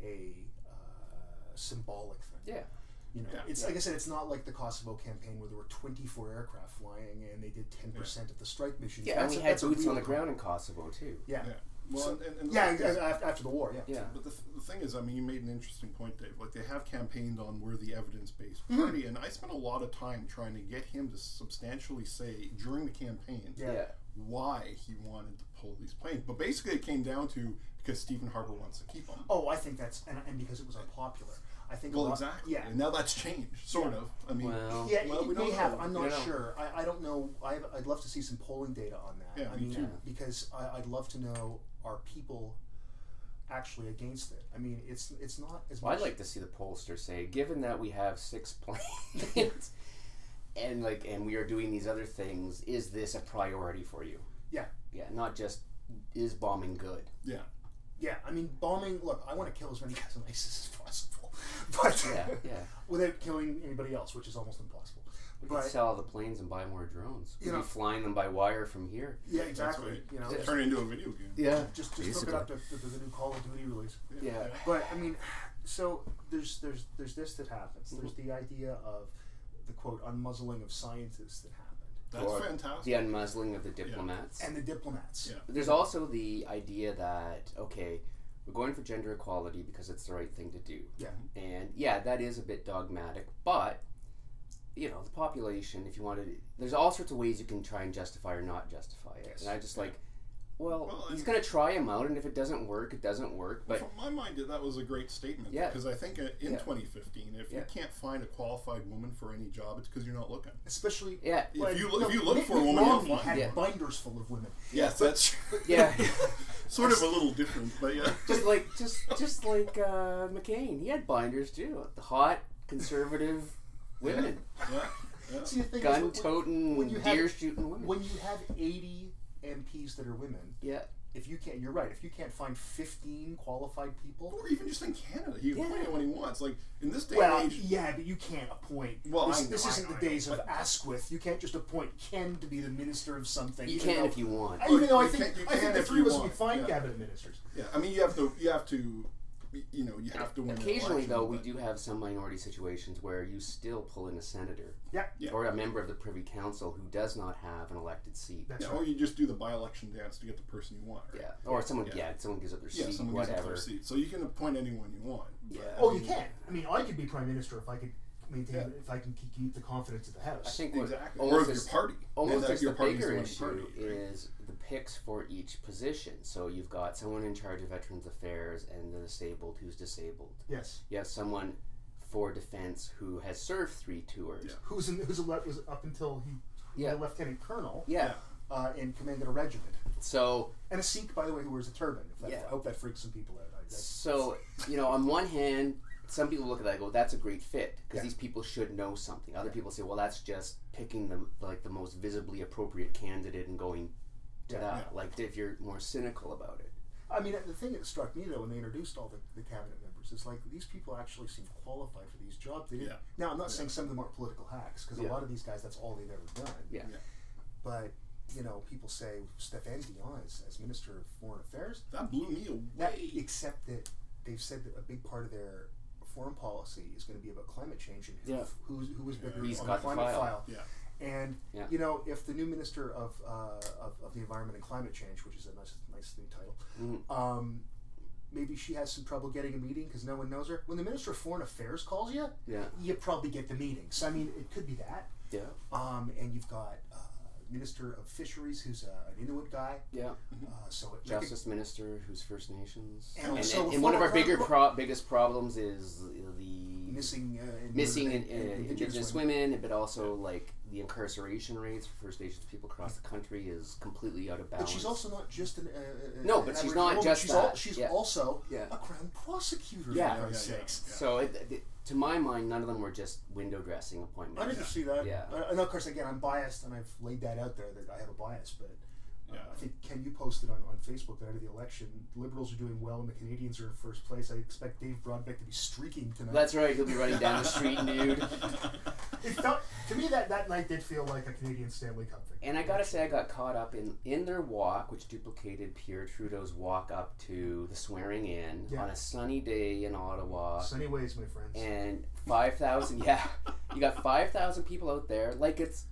[SPEAKER 1] a uh, symbolic thing.
[SPEAKER 2] Yeah,
[SPEAKER 1] You know,
[SPEAKER 3] Yeah.
[SPEAKER 1] it's like I said, it's not like the Kosovo campaign where there were twenty four aircraft flying and they did ten percent of the strike missions.
[SPEAKER 2] yeah, and
[SPEAKER 1] That's
[SPEAKER 2] we
[SPEAKER 1] a-
[SPEAKER 2] had
[SPEAKER 1] that's a
[SPEAKER 2] boots
[SPEAKER 1] real
[SPEAKER 2] on the
[SPEAKER 1] com-
[SPEAKER 2] ground in Kosovo too.
[SPEAKER 1] Yeah,
[SPEAKER 3] Yeah. Well,
[SPEAKER 1] So-
[SPEAKER 3] and, and, and
[SPEAKER 1] yeah,
[SPEAKER 3] the-
[SPEAKER 1] ex- af- after the war. Yeah,
[SPEAKER 2] Yeah,
[SPEAKER 3] But the, th- the thing is, I mean, you made an interesting point, Dave. Like they have campaigned on we're the evidence-based
[SPEAKER 1] Mm-hmm.
[SPEAKER 3] party, and I spent a lot of time trying to get him to substantially say during the campaign
[SPEAKER 1] Yeah.
[SPEAKER 2] yeah.
[SPEAKER 3] why he wanted to pull these planes. But basically, it came down to because Stephen Harper wants to keep them.
[SPEAKER 1] Oh, I think that's and, and because it was unpopular. I think. a
[SPEAKER 3] Well,
[SPEAKER 1] lot,
[SPEAKER 3] exactly.
[SPEAKER 1] Yeah.
[SPEAKER 3] And now that's changed, sort of. I mean,
[SPEAKER 2] Well-
[SPEAKER 1] Yeah,
[SPEAKER 3] Well,
[SPEAKER 1] it
[SPEAKER 3] we
[SPEAKER 1] may
[SPEAKER 3] don't
[SPEAKER 1] have.
[SPEAKER 3] know.
[SPEAKER 1] I'm
[SPEAKER 2] We
[SPEAKER 1] not
[SPEAKER 2] don't know.
[SPEAKER 1] sure. I, I don't know. I have, I'd love to see some polling data on that.
[SPEAKER 3] Yeah,
[SPEAKER 1] I
[SPEAKER 3] me
[SPEAKER 1] mean,
[SPEAKER 3] too.
[SPEAKER 1] because I, I'd love to know are people actually against it. I mean, it's it's not as
[SPEAKER 2] Well,
[SPEAKER 1] much.
[SPEAKER 2] I'd like to see the pollster say, given that we have six planes and like and we are doing these other things, is this a priority for you?
[SPEAKER 1] Yeah.
[SPEAKER 2] Yeah, not just is bombing good.
[SPEAKER 3] yeah.
[SPEAKER 1] yeah, I mean, bombing. Look, I want to kill as many guys on ISIS as possible, but
[SPEAKER 2] Yeah, yeah.
[SPEAKER 1] without killing anybody else, which is almost impossible.
[SPEAKER 2] We
[SPEAKER 1] But
[SPEAKER 2] could sell the planes and buy more drones. We'd
[SPEAKER 1] You know-
[SPEAKER 2] be flying them by wire from here.
[SPEAKER 1] yeah,
[SPEAKER 3] That's
[SPEAKER 1] exactly.
[SPEAKER 3] right.
[SPEAKER 1] You know,
[SPEAKER 2] Yeah.
[SPEAKER 3] Turn into a video game.
[SPEAKER 2] Yeah.
[SPEAKER 1] just just hook it
[SPEAKER 2] Basically.
[SPEAKER 1] up to, to the new Call of Duty release.
[SPEAKER 2] Yeah.
[SPEAKER 1] But I mean, so there's there's there's this that happens. There's
[SPEAKER 3] Mm-hmm.
[SPEAKER 1] the idea of the quote unmuzzling of scientists that happened,
[SPEAKER 3] That's
[SPEAKER 2] Or
[SPEAKER 3] fantastic.
[SPEAKER 2] The unmuzzling of the diplomats.
[SPEAKER 1] and the diplomats.
[SPEAKER 3] Yeah.
[SPEAKER 2] There's also the idea that, okay, we're going for gender equality because it's the right thing to do.
[SPEAKER 1] Yeah.
[SPEAKER 2] And yeah, that is a bit dogmatic, but you know, the population, if you wanted there's all sorts of ways you can try and justify or not justify it.
[SPEAKER 1] Yes.
[SPEAKER 2] And I just like Well,
[SPEAKER 3] Well,
[SPEAKER 2] he's
[SPEAKER 3] and-
[SPEAKER 2] going to try him out, and if it doesn't work, it doesn't work. But
[SPEAKER 3] From my mind, that was a great statement.
[SPEAKER 2] Yeah.
[SPEAKER 3] Because I think uh, in
[SPEAKER 2] Yeah.
[SPEAKER 3] 2015, if
[SPEAKER 2] Yeah.
[SPEAKER 3] you can't find a qualified woman for any job, it's because you're not looking.
[SPEAKER 1] Especially
[SPEAKER 2] yeah,
[SPEAKER 1] Well,
[SPEAKER 3] if you look,
[SPEAKER 1] no,
[SPEAKER 3] if you look
[SPEAKER 1] Mitt
[SPEAKER 3] for a woman, you'll
[SPEAKER 1] Romney
[SPEAKER 3] find.
[SPEAKER 1] had
[SPEAKER 2] Yeah.
[SPEAKER 1] binders full of women.
[SPEAKER 3] Yes, that's
[SPEAKER 2] yeah,
[SPEAKER 3] sort of a little different, but yeah.
[SPEAKER 2] just like just just like uh, McCain, he had binders too. Hot conservative women,
[SPEAKER 3] yeah, yeah.
[SPEAKER 1] See, the thing is,
[SPEAKER 2] gun
[SPEAKER 1] when- when you
[SPEAKER 2] toting,
[SPEAKER 1] have-
[SPEAKER 2] deer shooting women.
[SPEAKER 1] when you have 80 MPs that are women,
[SPEAKER 2] yeah,
[SPEAKER 1] if you can't, you're right. If you can't find 15 qualified people,
[SPEAKER 3] Or even just in Canada, he can
[SPEAKER 2] Yeah.
[SPEAKER 3] play it when he wants. Like in this day
[SPEAKER 1] well,
[SPEAKER 3] and age,
[SPEAKER 1] yeah, but you can't appoint.
[SPEAKER 3] Well,
[SPEAKER 1] this,
[SPEAKER 3] I know,
[SPEAKER 1] this
[SPEAKER 3] I
[SPEAKER 1] isn't
[SPEAKER 3] know,
[SPEAKER 1] the
[SPEAKER 3] I know,
[SPEAKER 1] days of
[SPEAKER 3] but-
[SPEAKER 1] Asquith. You can't just appoint Ken to be the minister of something.
[SPEAKER 2] you
[SPEAKER 1] even
[SPEAKER 2] can
[SPEAKER 1] though-
[SPEAKER 2] if you want.
[SPEAKER 1] I- even though I
[SPEAKER 3] You
[SPEAKER 1] think
[SPEAKER 3] can- you
[SPEAKER 1] I
[SPEAKER 3] can
[SPEAKER 1] think the
[SPEAKER 3] if
[SPEAKER 1] three
[SPEAKER 3] you
[SPEAKER 1] of us would
[SPEAKER 3] want,
[SPEAKER 1] be fine
[SPEAKER 3] yeah.
[SPEAKER 1] cabinet ministers.
[SPEAKER 3] yeah. I mean, you have to, you have to, you know, you have to win. an
[SPEAKER 2] Occasionally,
[SPEAKER 3] election,
[SPEAKER 2] though, we
[SPEAKER 3] but-
[SPEAKER 2] do have some minority situations where you still pull in a senator
[SPEAKER 1] Yeah,
[SPEAKER 3] Yeah.
[SPEAKER 2] or a member of the Privy Council who does not have an elected seat.
[SPEAKER 1] that's
[SPEAKER 3] Yeah, oh,
[SPEAKER 1] right.
[SPEAKER 3] or you just do the by-election dance to get the person you want. Right?
[SPEAKER 2] Yeah, or someone.
[SPEAKER 3] Yeah.
[SPEAKER 2] Yeah, someone gives up their
[SPEAKER 3] Yeah,
[SPEAKER 2] seat.
[SPEAKER 3] someone gives up
[SPEAKER 2] whatever.
[SPEAKER 3] their seat, so you can appoint anyone you want. but-
[SPEAKER 2] Yeah.
[SPEAKER 1] Oh, you can. I mean, I could be prime minister if I could maintain,
[SPEAKER 3] Yeah.
[SPEAKER 1] if I can keep- keep the confidence of the house.
[SPEAKER 2] I think what-
[SPEAKER 3] Exactly.
[SPEAKER 2] almost
[SPEAKER 3] Or of your
[SPEAKER 2] as-
[SPEAKER 3] party.
[SPEAKER 2] Almost
[SPEAKER 3] that
[SPEAKER 2] as
[SPEAKER 3] your
[SPEAKER 2] the
[SPEAKER 3] party's
[SPEAKER 2] bigger
[SPEAKER 3] winning
[SPEAKER 2] issue
[SPEAKER 3] party, right?
[SPEAKER 2] is the picks for each position. So you've got someone in charge of Veterans Affairs and the disabled who's disabled.
[SPEAKER 1] yes.
[SPEAKER 2] You have someone for defense who has served three tours.
[SPEAKER 3] Yeah.
[SPEAKER 1] Who's in? Who's a le- was up until he,
[SPEAKER 2] Yeah.
[SPEAKER 1] the lieutenant colonel,
[SPEAKER 2] Yeah.
[SPEAKER 1] uh, and commanded a regiment.
[SPEAKER 2] So
[SPEAKER 1] And a Sikh, by the way, who wears a turban. If that,
[SPEAKER 2] Yeah.
[SPEAKER 1] I hope that freaks some people out. I, that's,
[SPEAKER 2] so you know, on one hand, some people look at that and go, "That's a great fit," because
[SPEAKER 1] Yeah.
[SPEAKER 2] these people should know something. Other people say, "Well, that's just picking the like the most visibly appropriate candidate and going." Da da.
[SPEAKER 3] Yeah.
[SPEAKER 2] Like if you're more cynical about it,
[SPEAKER 1] I mean, the thing that struck me though when they introduced all the, the cabinet members is like these people actually seem qualified for these jobs. They didn't,
[SPEAKER 3] Yeah.
[SPEAKER 1] Now, I'm not saying some of them aren't political hacks because
[SPEAKER 2] Yeah.
[SPEAKER 1] a lot of these guys, that's all they've ever done.
[SPEAKER 2] Yeah.
[SPEAKER 3] Yeah.
[SPEAKER 1] But you know, people say Stephane Dion is as Minister of Foreign Affairs.
[SPEAKER 3] That blew me away.
[SPEAKER 1] That, except that they've said that a big part of their foreign policy is going to be about climate change and who,
[SPEAKER 2] Yeah.
[SPEAKER 1] who's, who was bigger
[SPEAKER 2] He's
[SPEAKER 1] on
[SPEAKER 2] got
[SPEAKER 1] the
[SPEAKER 2] the
[SPEAKER 1] climate
[SPEAKER 2] file.
[SPEAKER 1] file.
[SPEAKER 3] Yeah.
[SPEAKER 1] And
[SPEAKER 2] Yeah.
[SPEAKER 1] you know, if the new minister of, uh, of of the environment and climate change, which is a nice nice new title,
[SPEAKER 2] Mhm.
[SPEAKER 1] um, maybe she has some trouble getting a meeting because no one knows her. When the minister of foreign affairs calls you,
[SPEAKER 2] yeah,
[SPEAKER 1] you probably get the meeting. So I mean, it could be that.
[SPEAKER 2] yeah,
[SPEAKER 1] Um, and you've got uh, minister of fisheries, who's uh, an Inuit guy.
[SPEAKER 2] yeah.
[SPEAKER 1] Uh, so it,
[SPEAKER 2] Justice Minister, who's First Nations,
[SPEAKER 1] And
[SPEAKER 2] and, and,
[SPEAKER 1] also
[SPEAKER 2] and one of our
[SPEAKER 1] former
[SPEAKER 2] bigger
[SPEAKER 1] Prime-
[SPEAKER 2] pro- biggest problems is the
[SPEAKER 1] missing uh, and-
[SPEAKER 2] missing in,
[SPEAKER 1] and-
[SPEAKER 2] in,
[SPEAKER 1] and
[SPEAKER 2] Indigenous
[SPEAKER 1] women.
[SPEAKER 2] women, but also like the incarceration rates for First Nations people across the country is completely out of
[SPEAKER 1] But
[SPEAKER 2] balance.
[SPEAKER 1] she's also not just an. Uh, uh,
[SPEAKER 2] No,
[SPEAKER 1] an
[SPEAKER 2] but she's
[SPEAKER 1] Aboriginal
[SPEAKER 2] not
[SPEAKER 1] woman.
[SPEAKER 2] just
[SPEAKER 1] she's
[SPEAKER 2] that.
[SPEAKER 1] Al- she's
[SPEAKER 2] Yeah.
[SPEAKER 1] also
[SPEAKER 2] Yeah.
[SPEAKER 1] a crown prosecutor.
[SPEAKER 2] Yeah.
[SPEAKER 1] for
[SPEAKER 2] Yeah,
[SPEAKER 1] God's
[SPEAKER 3] yeah, yeah.
[SPEAKER 1] sakes.
[SPEAKER 2] so, it, it, to my mind, none of them were just window dressing appointments.
[SPEAKER 1] I didn't see that.
[SPEAKER 2] Yeah.
[SPEAKER 1] Uh, and of course, again, I'm biased, and I've laid that out there that I have a bias. But uh,
[SPEAKER 3] Yeah.
[SPEAKER 1] I think Ken, you posted on, on Facebook that out of the election, Liberals are doing well, and the Canadians are in first place. I expect Dave Broadbeck to be streaking tonight.
[SPEAKER 2] That's right. He'll be running down the street, nude.
[SPEAKER 1] it felt, to me that that night did feel like a Canadian Stanley Cup thing.
[SPEAKER 2] And I gotta say, I got caught up in in their walk, which duplicated Pierre Trudeau's walk up to the swearing in
[SPEAKER 1] Yeah.
[SPEAKER 2] on a sunny day in Ottawa.
[SPEAKER 1] Sunny ways, my friends.
[SPEAKER 2] and 5,000 yeah you got 5,000 people out there like it's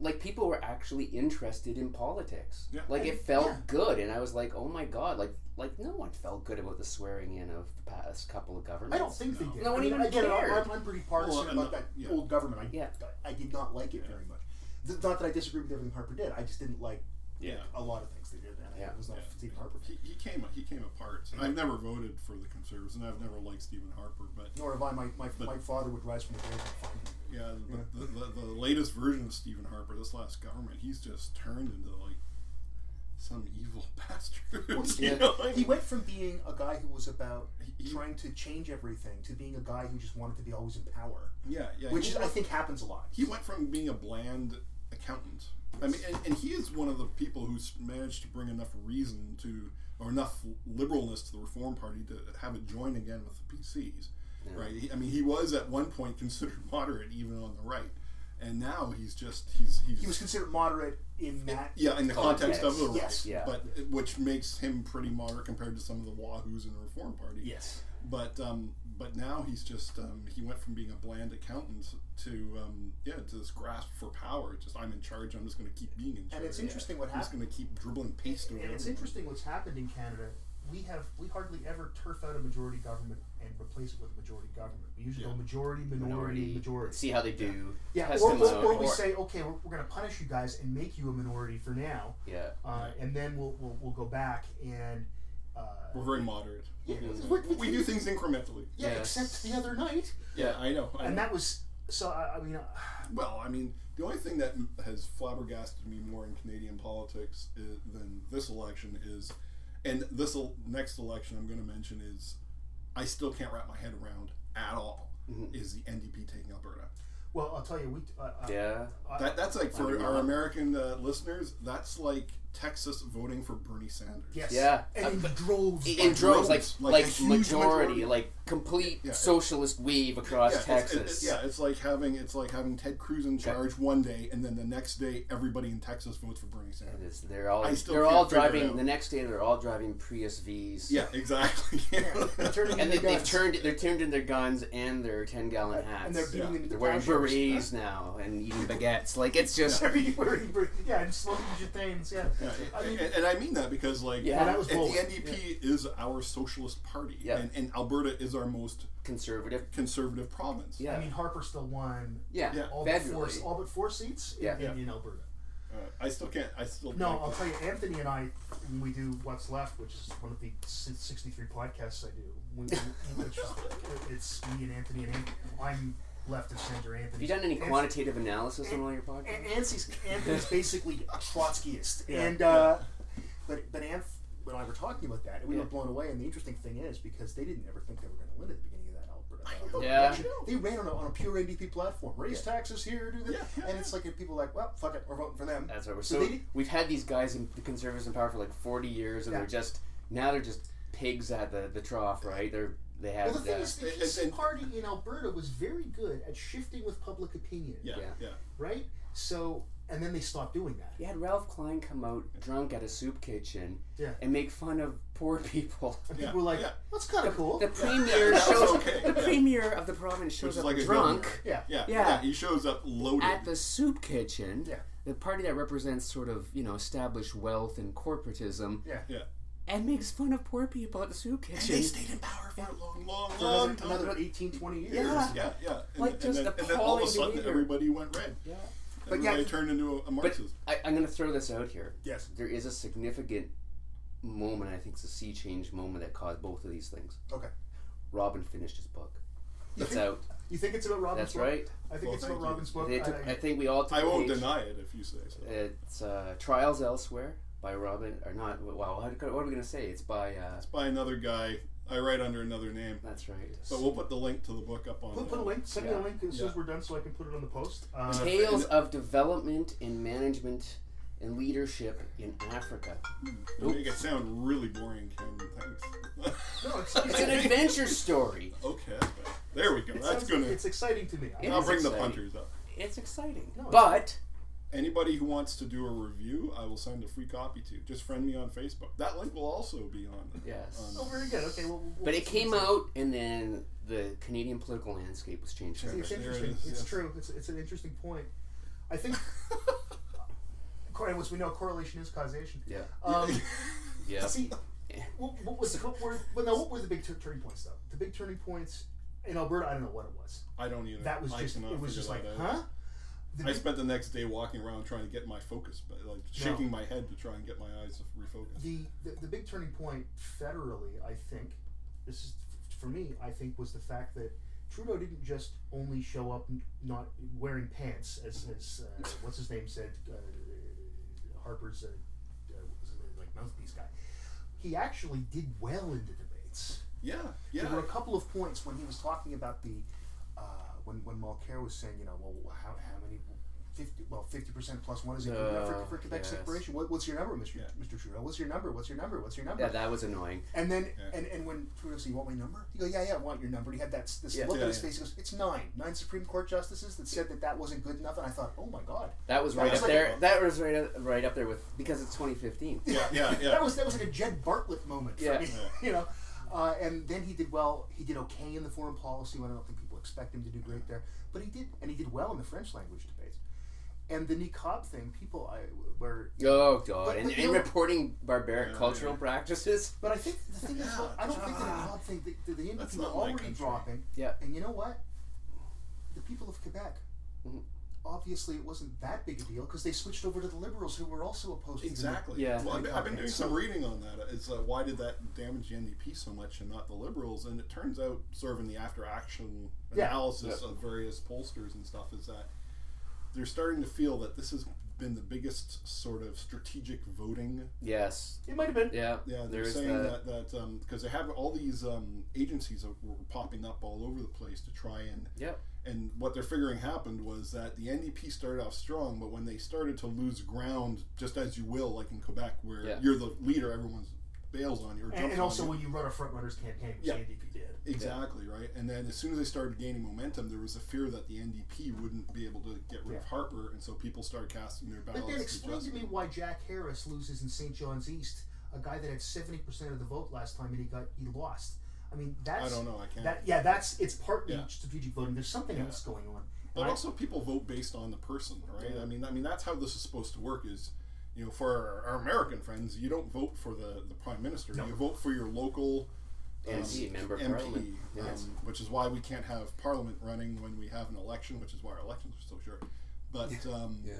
[SPEAKER 2] like people were actually interested in politics
[SPEAKER 3] Yeah.
[SPEAKER 2] like it felt
[SPEAKER 1] Yeah.
[SPEAKER 2] good and i was like oh my god like like no one felt good about the swearing in of the past couple of governments
[SPEAKER 1] I don't think they
[SPEAKER 3] No.
[SPEAKER 1] did.
[SPEAKER 2] No one
[SPEAKER 1] I mean,
[SPEAKER 2] even
[SPEAKER 1] I get it.
[SPEAKER 2] cared.
[SPEAKER 1] I'm, I'm pretty partisan
[SPEAKER 3] Well,
[SPEAKER 1] about
[SPEAKER 3] no,
[SPEAKER 1] that
[SPEAKER 3] yeah.
[SPEAKER 1] old government. I,
[SPEAKER 2] Yeah.
[SPEAKER 1] I did not like it very much. Th- Not that I disagree with everything Harper did. I just didn't like
[SPEAKER 3] Yeah.
[SPEAKER 1] a lot of things they did. And
[SPEAKER 2] Yeah.
[SPEAKER 1] It was not
[SPEAKER 3] Yeah.
[SPEAKER 1] Stephen Harper.
[SPEAKER 3] He, he came he came apart. And I've never voted for the Conservatives, and I've never liked Stephen Harper. But
[SPEAKER 1] Nor have I. My, my,
[SPEAKER 3] But-
[SPEAKER 1] my father would rise from the grave and find me.
[SPEAKER 3] yeah, the, the, the, the latest version of Stephen Harper, this last government, he's just turned into like some evil bastard.
[SPEAKER 2] Yeah.
[SPEAKER 3] you know? I
[SPEAKER 1] He
[SPEAKER 3] mean,
[SPEAKER 1] went from being a guy who was about
[SPEAKER 3] He-
[SPEAKER 1] trying to change everything to being a guy who just wanted to be always in power,
[SPEAKER 3] yeah, yeah.
[SPEAKER 1] which
[SPEAKER 3] he
[SPEAKER 1] is, I
[SPEAKER 3] went-
[SPEAKER 1] think happens a lot.
[SPEAKER 3] he went from being a bland accountant. I mean, and, and he is one of the people who's managed to bring enough reason to, or enough liberalness to the Reform Party to have it join again with the PCs,
[SPEAKER 2] Yeah.
[SPEAKER 3] right? He, I mean, he was at one point considered moderate even on the right, and now he's just he's he's
[SPEAKER 1] He was considered moderate in that.
[SPEAKER 3] yeah in the context of the right,
[SPEAKER 1] Yes.
[SPEAKER 2] Yeah.
[SPEAKER 3] but uh, which makes him pretty moderate compared to some of the wahoos in the Reform Party.
[SPEAKER 1] Yes.
[SPEAKER 3] But um, but now he's just um, he went from being a bland accountant to um, yeah to this grasp for power. Just I'm in charge. I'm just going to keep being in charge.
[SPEAKER 1] And it's interesting what
[SPEAKER 3] He's
[SPEAKER 1] happened.
[SPEAKER 3] going to keep dribbling paste over.
[SPEAKER 1] And it's
[SPEAKER 3] everyone.
[SPEAKER 1] interesting what's happened in Canada we have we hardly ever turf out a majority government and replace it with a majority government. We usually
[SPEAKER 3] Yeah.
[SPEAKER 1] go majority, minority,
[SPEAKER 2] Minority.
[SPEAKER 1] majority.
[SPEAKER 2] See how they do.
[SPEAKER 1] Yeah,
[SPEAKER 2] Test
[SPEAKER 1] or,
[SPEAKER 2] them
[SPEAKER 1] or,
[SPEAKER 2] out,
[SPEAKER 1] or we
[SPEAKER 2] or-
[SPEAKER 1] say, okay, we're, we're going to punish you guys and make you a minority for now,
[SPEAKER 2] Yeah.
[SPEAKER 1] uh, and then we'll, we'll we'll go back and uh,
[SPEAKER 3] We're very moderate.
[SPEAKER 1] Yeah,
[SPEAKER 3] we
[SPEAKER 1] we- we-
[SPEAKER 3] do things incrementally.
[SPEAKER 1] yeah,
[SPEAKER 2] Yes.
[SPEAKER 1] except the other night,
[SPEAKER 3] Yeah, I know. I
[SPEAKER 1] and
[SPEAKER 3] know.
[SPEAKER 1] that was so. I, I mean, uh,
[SPEAKER 3] well, I mean, the only thing that m- has flabbergasted me more in Canadian politics i than this election is, and this el- next election I'm going to mention is, I still can't wrap my head around at all.
[SPEAKER 2] Mhm.
[SPEAKER 3] Is the NDP taking Alberta?
[SPEAKER 1] well, I'll tell you, we uh, uh,
[SPEAKER 2] Yeah.
[SPEAKER 1] I-
[SPEAKER 3] That, that's like
[SPEAKER 2] I
[SPEAKER 3] for
[SPEAKER 2] mean,
[SPEAKER 3] our
[SPEAKER 2] uh,
[SPEAKER 3] American uh, listeners. That's like Texas voting for Bernie Sanders.
[SPEAKER 1] yes,
[SPEAKER 2] Yeah. Uh,
[SPEAKER 1] and in droves,
[SPEAKER 2] In,
[SPEAKER 1] by
[SPEAKER 2] in
[SPEAKER 1] the
[SPEAKER 2] droves, like
[SPEAKER 3] droves, like
[SPEAKER 2] like,
[SPEAKER 3] a huge majority.
[SPEAKER 2] majority, like complete
[SPEAKER 3] Yeah.
[SPEAKER 2] socialist wave across
[SPEAKER 3] yeah, it's-
[SPEAKER 2] Texas.
[SPEAKER 3] It's, yeah, it's like having it's like having Ted Cruz in charge one day, and then the next day everybody in Texas votes for Bernie
[SPEAKER 2] It
[SPEAKER 3] Sanders.
[SPEAKER 2] is. They're all
[SPEAKER 3] I still
[SPEAKER 2] they're all
[SPEAKER 3] can't figure it
[SPEAKER 2] driving
[SPEAKER 3] out.
[SPEAKER 2] the next day. They're all driving Prius V's.
[SPEAKER 3] Yeah, exactly.
[SPEAKER 1] way. Turning
[SPEAKER 2] and they,
[SPEAKER 1] their
[SPEAKER 2] they've
[SPEAKER 1] guns.
[SPEAKER 2] turned they're turned in their guns and their ten gallon hats.
[SPEAKER 1] and they're beating
[SPEAKER 3] Yeah.
[SPEAKER 1] them into
[SPEAKER 2] They're wearing
[SPEAKER 1] plowshares.
[SPEAKER 2] berets now and eating baguettes. Like it's just
[SPEAKER 1] They're being- wearing bere- yeah, and smoking your things, yeah.
[SPEAKER 3] Yeah,
[SPEAKER 1] I mean,
[SPEAKER 3] and, and I mean that because like
[SPEAKER 2] Yeah.
[SPEAKER 1] well, that was
[SPEAKER 3] if the
[SPEAKER 1] bold.
[SPEAKER 3] NDP is our socialist party,
[SPEAKER 2] Yeah.
[SPEAKER 3] and, and Alberta is our most
[SPEAKER 2] conservative.
[SPEAKER 3] conservative province.
[SPEAKER 2] Yeah,
[SPEAKER 1] I mean, Harper still won
[SPEAKER 2] yeah,
[SPEAKER 3] yeah,
[SPEAKER 1] all but four,
[SPEAKER 2] federally.
[SPEAKER 1] all but four seats in,
[SPEAKER 2] Yeah.
[SPEAKER 1] in, in Alberta.
[SPEAKER 3] Uh, I still can't. I still
[SPEAKER 1] No,
[SPEAKER 3] like
[SPEAKER 1] I'll
[SPEAKER 3] this.
[SPEAKER 1] tell you, Anthony and I, when we do What's Left, which is one of the si- 63 podcasts I do, we, we- which is, it's me and Anthony, and An- I'm left of center. Anthony.
[SPEAKER 2] Have you done any quantitative analysis on all your
[SPEAKER 1] An-
[SPEAKER 2] podcasts?
[SPEAKER 1] Anthony's, Anthony's basically a Trotskyist, and uh, but but Anth when I were talking about that, we were
[SPEAKER 2] Yeah.
[SPEAKER 1] blown away. And the interesting thing is because they didn't ever think they were going to win at the beginning of that Alberta. Alberta
[SPEAKER 2] Yeah.
[SPEAKER 1] election. they ran on a, on a pure NDP platform, raise taxes here, do this,
[SPEAKER 3] Yeah, yeah,
[SPEAKER 1] and it's like people are like, well, fuck it, we're voting for them.
[SPEAKER 2] That's right. We're
[SPEAKER 1] So
[SPEAKER 2] so
[SPEAKER 1] they did-
[SPEAKER 2] we've had these guys in the conservatives in power for like forty years, and
[SPEAKER 1] Yeah.
[SPEAKER 2] they're just now they're just pigs at the, the trough, right? They're they have
[SPEAKER 1] Well, the thing
[SPEAKER 2] uh,
[SPEAKER 1] is, the
[SPEAKER 3] It- it's-
[SPEAKER 1] PC party in Alberta was very good at shifting with public opinion,
[SPEAKER 3] Yeah, yeah.
[SPEAKER 2] Yeah.
[SPEAKER 1] right? So, and then they stopped doing that.
[SPEAKER 2] you had Ralph Klein come out drunk at a soup kitchen
[SPEAKER 1] Yeah.
[SPEAKER 2] and make fun of poor people.
[SPEAKER 1] And
[SPEAKER 3] Yeah,
[SPEAKER 1] people were like,
[SPEAKER 3] yeah.
[SPEAKER 1] that's kind of cool.
[SPEAKER 2] The premier
[SPEAKER 3] That was
[SPEAKER 2] shows
[SPEAKER 3] okay,
[SPEAKER 2] the
[SPEAKER 3] yeah.
[SPEAKER 2] premier of the province
[SPEAKER 3] Which
[SPEAKER 2] shows
[SPEAKER 3] is
[SPEAKER 2] up
[SPEAKER 3] like a
[SPEAKER 2] drunk
[SPEAKER 3] governor.
[SPEAKER 1] Yeah.
[SPEAKER 3] Yeah,
[SPEAKER 2] Yeah.
[SPEAKER 3] yeah. He shows up loaded.
[SPEAKER 2] at the soup kitchen.
[SPEAKER 1] Yeah.
[SPEAKER 2] The party that represents sort of you know established wealth and corporatism
[SPEAKER 1] Yeah.
[SPEAKER 3] Yeah.
[SPEAKER 2] and makes fun of poor people at the soup
[SPEAKER 3] and they
[SPEAKER 2] kitchen.
[SPEAKER 3] stayed in power for a long, long,
[SPEAKER 1] For
[SPEAKER 3] long
[SPEAKER 1] another,
[SPEAKER 3] time.
[SPEAKER 1] another about 18, 20 years.
[SPEAKER 2] Yeah.
[SPEAKER 3] Um, yeah, yeah. And,
[SPEAKER 2] Like,
[SPEAKER 3] and
[SPEAKER 2] just
[SPEAKER 3] then, and then all of
[SPEAKER 2] appalling
[SPEAKER 3] a sudden,
[SPEAKER 2] behavior.
[SPEAKER 3] everybody went red.
[SPEAKER 2] yeah.
[SPEAKER 1] But yeah,
[SPEAKER 3] Everybody turned into a, a Marxist.
[SPEAKER 2] I, I'm going to throw this out here.
[SPEAKER 1] Yes.
[SPEAKER 2] There is a significant moment, I think it's a sea change moment that caused both of these things.
[SPEAKER 1] Okay.
[SPEAKER 2] Robin finished his book.
[SPEAKER 1] You
[SPEAKER 2] That's
[SPEAKER 1] think-
[SPEAKER 2] out.
[SPEAKER 1] You think it's about Robin's
[SPEAKER 2] That's
[SPEAKER 1] book?
[SPEAKER 2] right.
[SPEAKER 1] I think
[SPEAKER 3] Well,
[SPEAKER 1] it's about
[SPEAKER 3] thank you.
[SPEAKER 1] Robin's book.
[SPEAKER 2] They
[SPEAKER 1] I-
[SPEAKER 2] took,
[SPEAKER 1] I-
[SPEAKER 2] I think we all took
[SPEAKER 3] I
[SPEAKER 2] a
[SPEAKER 3] won't
[SPEAKER 2] page.
[SPEAKER 3] deny it if you say so.
[SPEAKER 2] It's uh, Trials Elsewhere by Robin, or not, wow, how- what are we going to say? It's by, uh,
[SPEAKER 3] It's by another guy. I write under another name,
[SPEAKER 2] that's right.
[SPEAKER 3] but we'll put the link to the book up on.
[SPEAKER 1] Put, put a link, send me
[SPEAKER 2] Yeah.
[SPEAKER 1] a link as soon as
[SPEAKER 3] Yeah.
[SPEAKER 1] we're done so I can put it on the post. Uh,
[SPEAKER 3] Okay.
[SPEAKER 2] Tales of Development in Management and Leadership in Africa.
[SPEAKER 3] You make it sound really boring, Ken. Thanks.
[SPEAKER 1] no, it's,
[SPEAKER 2] It's an adventure story.
[SPEAKER 3] okay, that's better. there we go.
[SPEAKER 1] it
[SPEAKER 3] that's
[SPEAKER 1] sounds-
[SPEAKER 3] gonna.
[SPEAKER 1] it's exciting to me. I-
[SPEAKER 2] It
[SPEAKER 3] I'll
[SPEAKER 2] is
[SPEAKER 3] bring the
[SPEAKER 2] exciting.
[SPEAKER 3] punters up.
[SPEAKER 2] It's exciting.
[SPEAKER 1] No, it's-
[SPEAKER 2] but,
[SPEAKER 3] Anybody who wants to do a review, I will send a free copy to. Just friend me on Facebook. That link will also be on.
[SPEAKER 2] yes.
[SPEAKER 1] oh, very good. Okay, well, we'll-
[SPEAKER 2] But it
[SPEAKER 1] we'll-
[SPEAKER 2] came out, and then the Canadian political landscape was changed.
[SPEAKER 3] Sure.
[SPEAKER 1] It's
[SPEAKER 3] There it
[SPEAKER 1] interesting.
[SPEAKER 3] is,
[SPEAKER 1] it's
[SPEAKER 3] yes.
[SPEAKER 1] true. It's, it's an interesting point. I think, and as we know, correlation is causation.
[SPEAKER 2] Yeah.
[SPEAKER 1] Um,
[SPEAKER 2] Yeah.
[SPEAKER 1] See, what, what was what were well, now, what were the big tur turning points though? The big turning points in Alberta, I don't know what it was.
[SPEAKER 3] I don't either.
[SPEAKER 1] That was
[SPEAKER 3] I
[SPEAKER 1] just
[SPEAKER 3] cannot
[SPEAKER 1] it was
[SPEAKER 3] figure
[SPEAKER 1] just
[SPEAKER 3] that
[SPEAKER 1] like,
[SPEAKER 3] out.
[SPEAKER 1] huh? The
[SPEAKER 3] I
[SPEAKER 1] big-
[SPEAKER 3] spent the next day walking around trying to get my focus, but like shaking my head to try and get my eyes to refocus.
[SPEAKER 1] the, the the big turning point federally, I think, this is f- for me. I think was the fact that Trudeau didn't just only show up n- not wearing pants, as, as uh, what's his name said, uh, Harper's uh, uh, what was his name, like mouthpiece guy. He actually did well in the debates.
[SPEAKER 3] Yeah, yeah.
[SPEAKER 1] There were a couple of points when he was talking about the uh, when when Mulcair was saying, you know, well, how, how many fifty well fifty percent plus one is it
[SPEAKER 2] Uh,
[SPEAKER 1] for, for Quebec
[SPEAKER 2] yes.
[SPEAKER 1] separation? What, what's your number, Mister
[SPEAKER 3] Yeah.
[SPEAKER 1] Mister Trudeau? What's your number? What's your number? What's your number?
[SPEAKER 2] yeah, that was annoying.
[SPEAKER 1] and then
[SPEAKER 3] Yeah.
[SPEAKER 1] and, and when Trudeau said, "You want my number?" He goes, "Yeah, yeah, I want your number." And he had that s- this
[SPEAKER 2] Yeah.
[SPEAKER 1] look
[SPEAKER 3] Yeah,
[SPEAKER 1] on his
[SPEAKER 3] yeah.
[SPEAKER 1] face. He goes, "It's nine, nine Supreme Court justices that said that that wasn't good enough." And I thought, "Oh my god,
[SPEAKER 2] That was
[SPEAKER 1] That
[SPEAKER 2] right
[SPEAKER 1] was
[SPEAKER 2] up
[SPEAKER 1] like-
[SPEAKER 2] there. That was right up, right up there with because it's 2015.
[SPEAKER 3] yeah, yeah, yeah.
[SPEAKER 1] that was that was like a Jed Bartlett moment." for
[SPEAKER 2] Yeah.
[SPEAKER 1] me,
[SPEAKER 3] Yeah.
[SPEAKER 1] you know. Uh, and then he did well. He did okay in the foreign policy. When I don't think people expect him to do great there, but he did, and he did well in the French language debates. And the niqab thing, people, I, where
[SPEAKER 2] Oh god!
[SPEAKER 1] But-
[SPEAKER 2] and,
[SPEAKER 1] but
[SPEAKER 2] and
[SPEAKER 1] no-
[SPEAKER 2] reporting barbaric
[SPEAKER 3] Yeah,
[SPEAKER 2] cultural
[SPEAKER 3] yeah.
[SPEAKER 2] practices.
[SPEAKER 1] But I think the thing is, well, I don't think that it
[SPEAKER 3] Ah.
[SPEAKER 1] helped. Thing the, the, the Indian
[SPEAKER 3] That's
[SPEAKER 1] people are
[SPEAKER 3] not my
[SPEAKER 1] already
[SPEAKER 3] country.
[SPEAKER 1] dropping.
[SPEAKER 2] Yeah.
[SPEAKER 1] And you know what? The people of Quebec.
[SPEAKER 2] Mhm.
[SPEAKER 1] Obviously, it wasn't that big a deal because they switched over to the liberals, who were also opposed.
[SPEAKER 3] Exactly.
[SPEAKER 2] Yeah.
[SPEAKER 3] Well, I've been, I've been doing
[SPEAKER 1] Okay, so-
[SPEAKER 3] some reading on that. It's uh, why did that damage the NDP so much and not the Liberals? And it turns out, sort of in the after action
[SPEAKER 1] Yeah.
[SPEAKER 3] analysis of various pollsters and stuff, is that they're starting to feel that this has been the biggest sort of strategic voting.
[SPEAKER 2] Yes.
[SPEAKER 1] To the, it might have been.
[SPEAKER 2] Yeah.
[SPEAKER 3] Yeah, they're
[SPEAKER 2] There's
[SPEAKER 3] saying
[SPEAKER 2] that.
[SPEAKER 3] that that because they have all these um, agencies that were popping up all over the place to try and
[SPEAKER 2] Yep.
[SPEAKER 3] and what they're figuring happened was that the NDP started off strong, but when they started to lose ground, just as you will, like in Quebec, where
[SPEAKER 2] Yeah.
[SPEAKER 3] you're the leader, everyone's bails on you or jumps
[SPEAKER 1] And, and
[SPEAKER 3] on
[SPEAKER 1] also,
[SPEAKER 3] you.
[SPEAKER 1] when you run a front runners campaign, which
[SPEAKER 3] Yeah.
[SPEAKER 1] the NDP did.
[SPEAKER 3] Exactly right. And then as soon as they started gaining momentum, there was a fear that the NDP wouldn't be able to get rid of
[SPEAKER 1] Yeah.
[SPEAKER 3] Harper, and so people started casting their ballots.
[SPEAKER 1] But then
[SPEAKER 3] to
[SPEAKER 1] explain to
[SPEAKER 3] Justin.
[SPEAKER 1] me why Jack Harris loses in St. John's East, a guy that had seventy percent of the vote last time, and he got he lost. I mean,
[SPEAKER 3] I
[SPEAKER 1] that's
[SPEAKER 3] don't know. I can't.
[SPEAKER 1] that. Yeah, that's it's partly
[SPEAKER 3] Yeah.
[SPEAKER 1] strategic voting. There's something
[SPEAKER 3] Yeah.
[SPEAKER 1] else going on.
[SPEAKER 3] But
[SPEAKER 1] I-
[SPEAKER 3] also, people vote based on the person, right? I mean, I mean that's how this is supposed to work. Is you know, for our, our American friends, you don't vote for the the prime minister. You vote for your local
[SPEAKER 2] NC, member of
[SPEAKER 3] MP,
[SPEAKER 2] parliament.
[SPEAKER 3] um,
[SPEAKER 2] Yes.
[SPEAKER 3] which is why we can't have parliament running when we have an election, which is why our elections are so short. But um,
[SPEAKER 2] Yeah.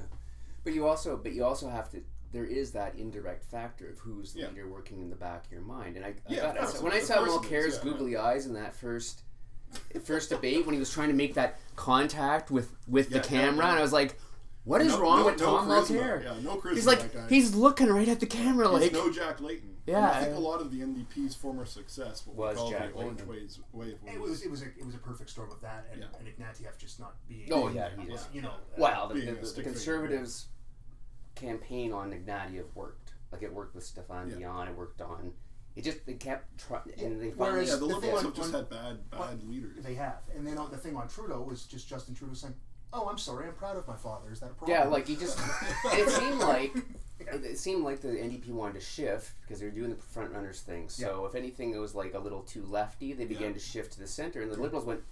[SPEAKER 2] But you also, but you also have to. There is that indirect factor of who's the
[SPEAKER 3] Yeah.
[SPEAKER 2] leader working in the back of your mind. And I, I
[SPEAKER 3] Yeah,
[SPEAKER 2] got
[SPEAKER 3] of
[SPEAKER 2] it.
[SPEAKER 3] course,
[SPEAKER 2] So when I
[SPEAKER 3] of
[SPEAKER 2] saw
[SPEAKER 3] course it
[SPEAKER 2] Mulcair's
[SPEAKER 3] is, yeah,
[SPEAKER 2] googly eyes in that first, first debate when he was trying to make that contact with with
[SPEAKER 3] Yeah,
[SPEAKER 2] the
[SPEAKER 3] yeah,
[SPEAKER 2] camera,
[SPEAKER 3] yeah.
[SPEAKER 2] and I was like, "What is
[SPEAKER 3] no-
[SPEAKER 2] wrong
[SPEAKER 3] no-
[SPEAKER 2] with
[SPEAKER 3] no
[SPEAKER 2] Tom
[SPEAKER 3] charisma.
[SPEAKER 2] Mulcair?
[SPEAKER 3] Yeah, no charisma.
[SPEAKER 2] he's like,
[SPEAKER 3] that guy.
[SPEAKER 2] he's looking right at the camera,
[SPEAKER 3] He's
[SPEAKER 2] like."
[SPEAKER 3] no Jack Layton. And
[SPEAKER 2] Yeah.
[SPEAKER 3] I think a lot of the NDP's former success, what
[SPEAKER 2] Was
[SPEAKER 3] we call
[SPEAKER 2] Jack
[SPEAKER 3] the orange
[SPEAKER 2] Layton.
[SPEAKER 3] waves, wave, was,
[SPEAKER 1] It was it was a it was a perfect storm of that and,
[SPEAKER 3] Yeah.
[SPEAKER 1] and Ignatieff just not being.
[SPEAKER 2] Oh, yeah, he
[SPEAKER 1] was,
[SPEAKER 2] is.
[SPEAKER 1] you know.
[SPEAKER 2] Wow, the,
[SPEAKER 3] being
[SPEAKER 2] the,
[SPEAKER 3] a
[SPEAKER 2] the
[SPEAKER 3] stick figure,
[SPEAKER 2] conservatives' campaign on Ignatieff worked. Like it worked with Stefan
[SPEAKER 3] Yeah.
[SPEAKER 2] Dion. It worked on. It just they kept trying,
[SPEAKER 1] Yeah,
[SPEAKER 2] and they finally.
[SPEAKER 1] whereas-
[SPEAKER 3] yeah,
[SPEAKER 1] the
[SPEAKER 3] the
[SPEAKER 1] thing
[SPEAKER 3] liberals
[SPEAKER 1] on-
[SPEAKER 3] have just
[SPEAKER 1] on-
[SPEAKER 3] had bad, bad leaders.
[SPEAKER 1] They have, and then on the thing on Trudeau was just Justin Trudeau saying, "Oh, I'm sorry, I'm proud of my father." Is that a problem?
[SPEAKER 2] Yeah, like he just. it seemed like it it seemed like the NDP wanted to shift because they were doing the front runners thing. So if anything, it was like a little too lefty. They began
[SPEAKER 3] Yeah.
[SPEAKER 2] to shift to the center, and the Liberals went.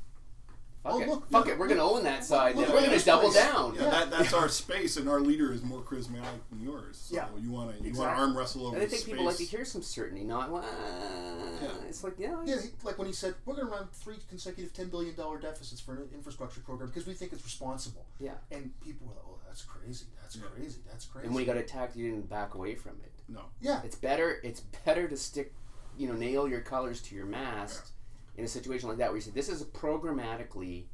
[SPEAKER 2] Fuck
[SPEAKER 1] Oh,
[SPEAKER 2] it,
[SPEAKER 1] look,
[SPEAKER 2] fuck
[SPEAKER 1] look,
[SPEAKER 2] it. We're gonna own that side.
[SPEAKER 1] look
[SPEAKER 2] now.
[SPEAKER 1] at
[SPEAKER 2] We're gonna
[SPEAKER 1] this
[SPEAKER 2] double
[SPEAKER 1] place."
[SPEAKER 2] down.
[SPEAKER 3] Yeah, That, that's our space, and our leader is more charismatic than yours. So
[SPEAKER 1] Yeah.
[SPEAKER 3] you want to you want
[SPEAKER 1] Exactly.
[SPEAKER 3] to arm wrestle over
[SPEAKER 2] And I
[SPEAKER 3] the
[SPEAKER 2] think
[SPEAKER 3] space.
[SPEAKER 2] people like to hear some certainty, not. "Wah."
[SPEAKER 3] Yeah.
[SPEAKER 2] It's like yeah,
[SPEAKER 1] Yeah, he- like when he said, "We're going to run three consecutive ten billion dollar deficits for an infrastructure program because we think it's responsible."
[SPEAKER 2] yeah.
[SPEAKER 1] And people were like, "Oh, that's crazy! That's
[SPEAKER 3] Yeah.
[SPEAKER 1] crazy! That's crazy!"
[SPEAKER 2] And when he got attacked, he didn't back away from it.
[SPEAKER 3] no.
[SPEAKER 1] yeah,
[SPEAKER 2] It's better. It's better to stick, you know, nail your colors to your mast in a situation like that where you say this is programmatically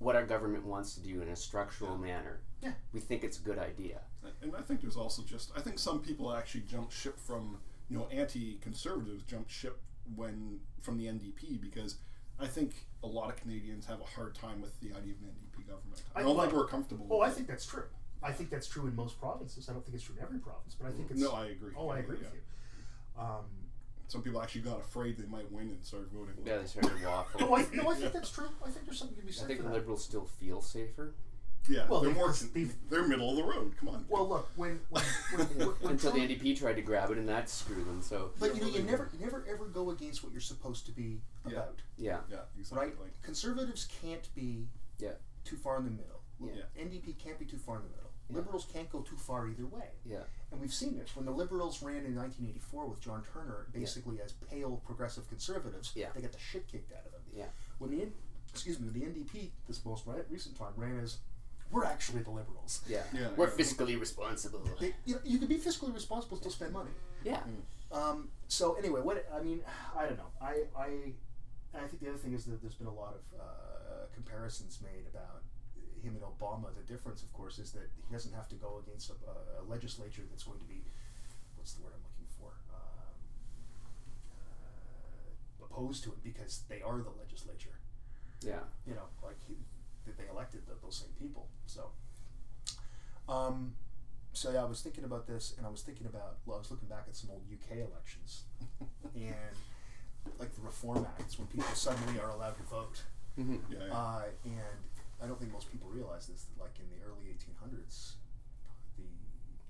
[SPEAKER 2] what our government wants to do in a structural manner.
[SPEAKER 1] Yeah.
[SPEAKER 2] We think it's a good idea.
[SPEAKER 3] And I think there's also just I think some people actually jumped ship from you know anti-conservatives jumped ship when from the NDP because I think a lot of Canadians have a hard time with the idea of an NDP government. I
[SPEAKER 1] I-
[SPEAKER 3] don't think
[SPEAKER 1] well-
[SPEAKER 3] we're comfortable.
[SPEAKER 1] Oh, I
[SPEAKER 3] with it.
[SPEAKER 1] think that's true. I think that's true in most provinces. I don't think it's true in every province, but I think it's.
[SPEAKER 3] no, I agree.
[SPEAKER 1] oh, I agree
[SPEAKER 3] Yeah.
[SPEAKER 1] with you. Um,
[SPEAKER 3] Some people actually got afraid they might win and started voting.
[SPEAKER 2] Yeah, they started waffling.
[SPEAKER 1] no, I, no, I think that's true. I think there's something to be
[SPEAKER 2] I
[SPEAKER 1] said
[SPEAKER 2] think
[SPEAKER 1] for
[SPEAKER 2] the
[SPEAKER 1] that.
[SPEAKER 2] liberals still feel safer
[SPEAKER 3] Yeah,
[SPEAKER 1] Well,
[SPEAKER 3] they're
[SPEAKER 1] they've-
[SPEAKER 3] more
[SPEAKER 1] they've-
[SPEAKER 3] they're middle of the road. Come on.
[SPEAKER 1] well, look, when when, when, when, when
[SPEAKER 2] until the
[SPEAKER 1] Trump-
[SPEAKER 2] NDP tried to grab it, and that screwed them. So
[SPEAKER 1] but you know, you never, you never ever go against what you're supposed to be
[SPEAKER 3] Yeah.
[SPEAKER 1] about,
[SPEAKER 2] yeah,
[SPEAKER 3] yeah, exactly.
[SPEAKER 1] right? Conservatives can't be
[SPEAKER 2] Yeah.
[SPEAKER 1] too far in the middle.
[SPEAKER 2] Yeah.
[SPEAKER 1] NDP can't be too far in the middle.
[SPEAKER 2] Yeah.
[SPEAKER 1] Liberals can't go too far either way.
[SPEAKER 2] yeah,
[SPEAKER 1] And we've seen this. When the Liberals ran in 1984 with John Turner basically as pale progressive conservatives,
[SPEAKER 2] Yeah.
[SPEAKER 1] they got the shit kicked out of them.
[SPEAKER 2] Yeah.
[SPEAKER 1] When the, N- excuse me, when the NDP, this most ri- recent time, ran as, we're actually the Liberals.
[SPEAKER 2] yeah.
[SPEAKER 3] Yeah,
[SPEAKER 2] We're
[SPEAKER 3] yeah.
[SPEAKER 2] fiscally responsible.
[SPEAKER 1] They, you, know, you can be fiscally responsible and still spend money.
[SPEAKER 2] Yeah, Mm-hmm.
[SPEAKER 1] Um, so anyway, what I mean, I don't know. I I, I think the other thing is that there's been a lot of uh, comparisons made about him and Obama. The difference, of course, is that he doesn't have to go against a, a legislature that's going to be what's the word I'm looking for um, uh, opposed to him because they are the legislature.
[SPEAKER 2] yeah.
[SPEAKER 1] You know, like he, that they elected th those same people. So. Um, so yeah, I was thinking about this, and I was thinking about. Well, I was looking back at some old UK elections, and like the Reform Acts, when people suddenly are allowed to vote.
[SPEAKER 2] hmm
[SPEAKER 3] Yeah, yeah.
[SPEAKER 1] Uh, and I don't think most people realize this. That, like in the early 1800s, the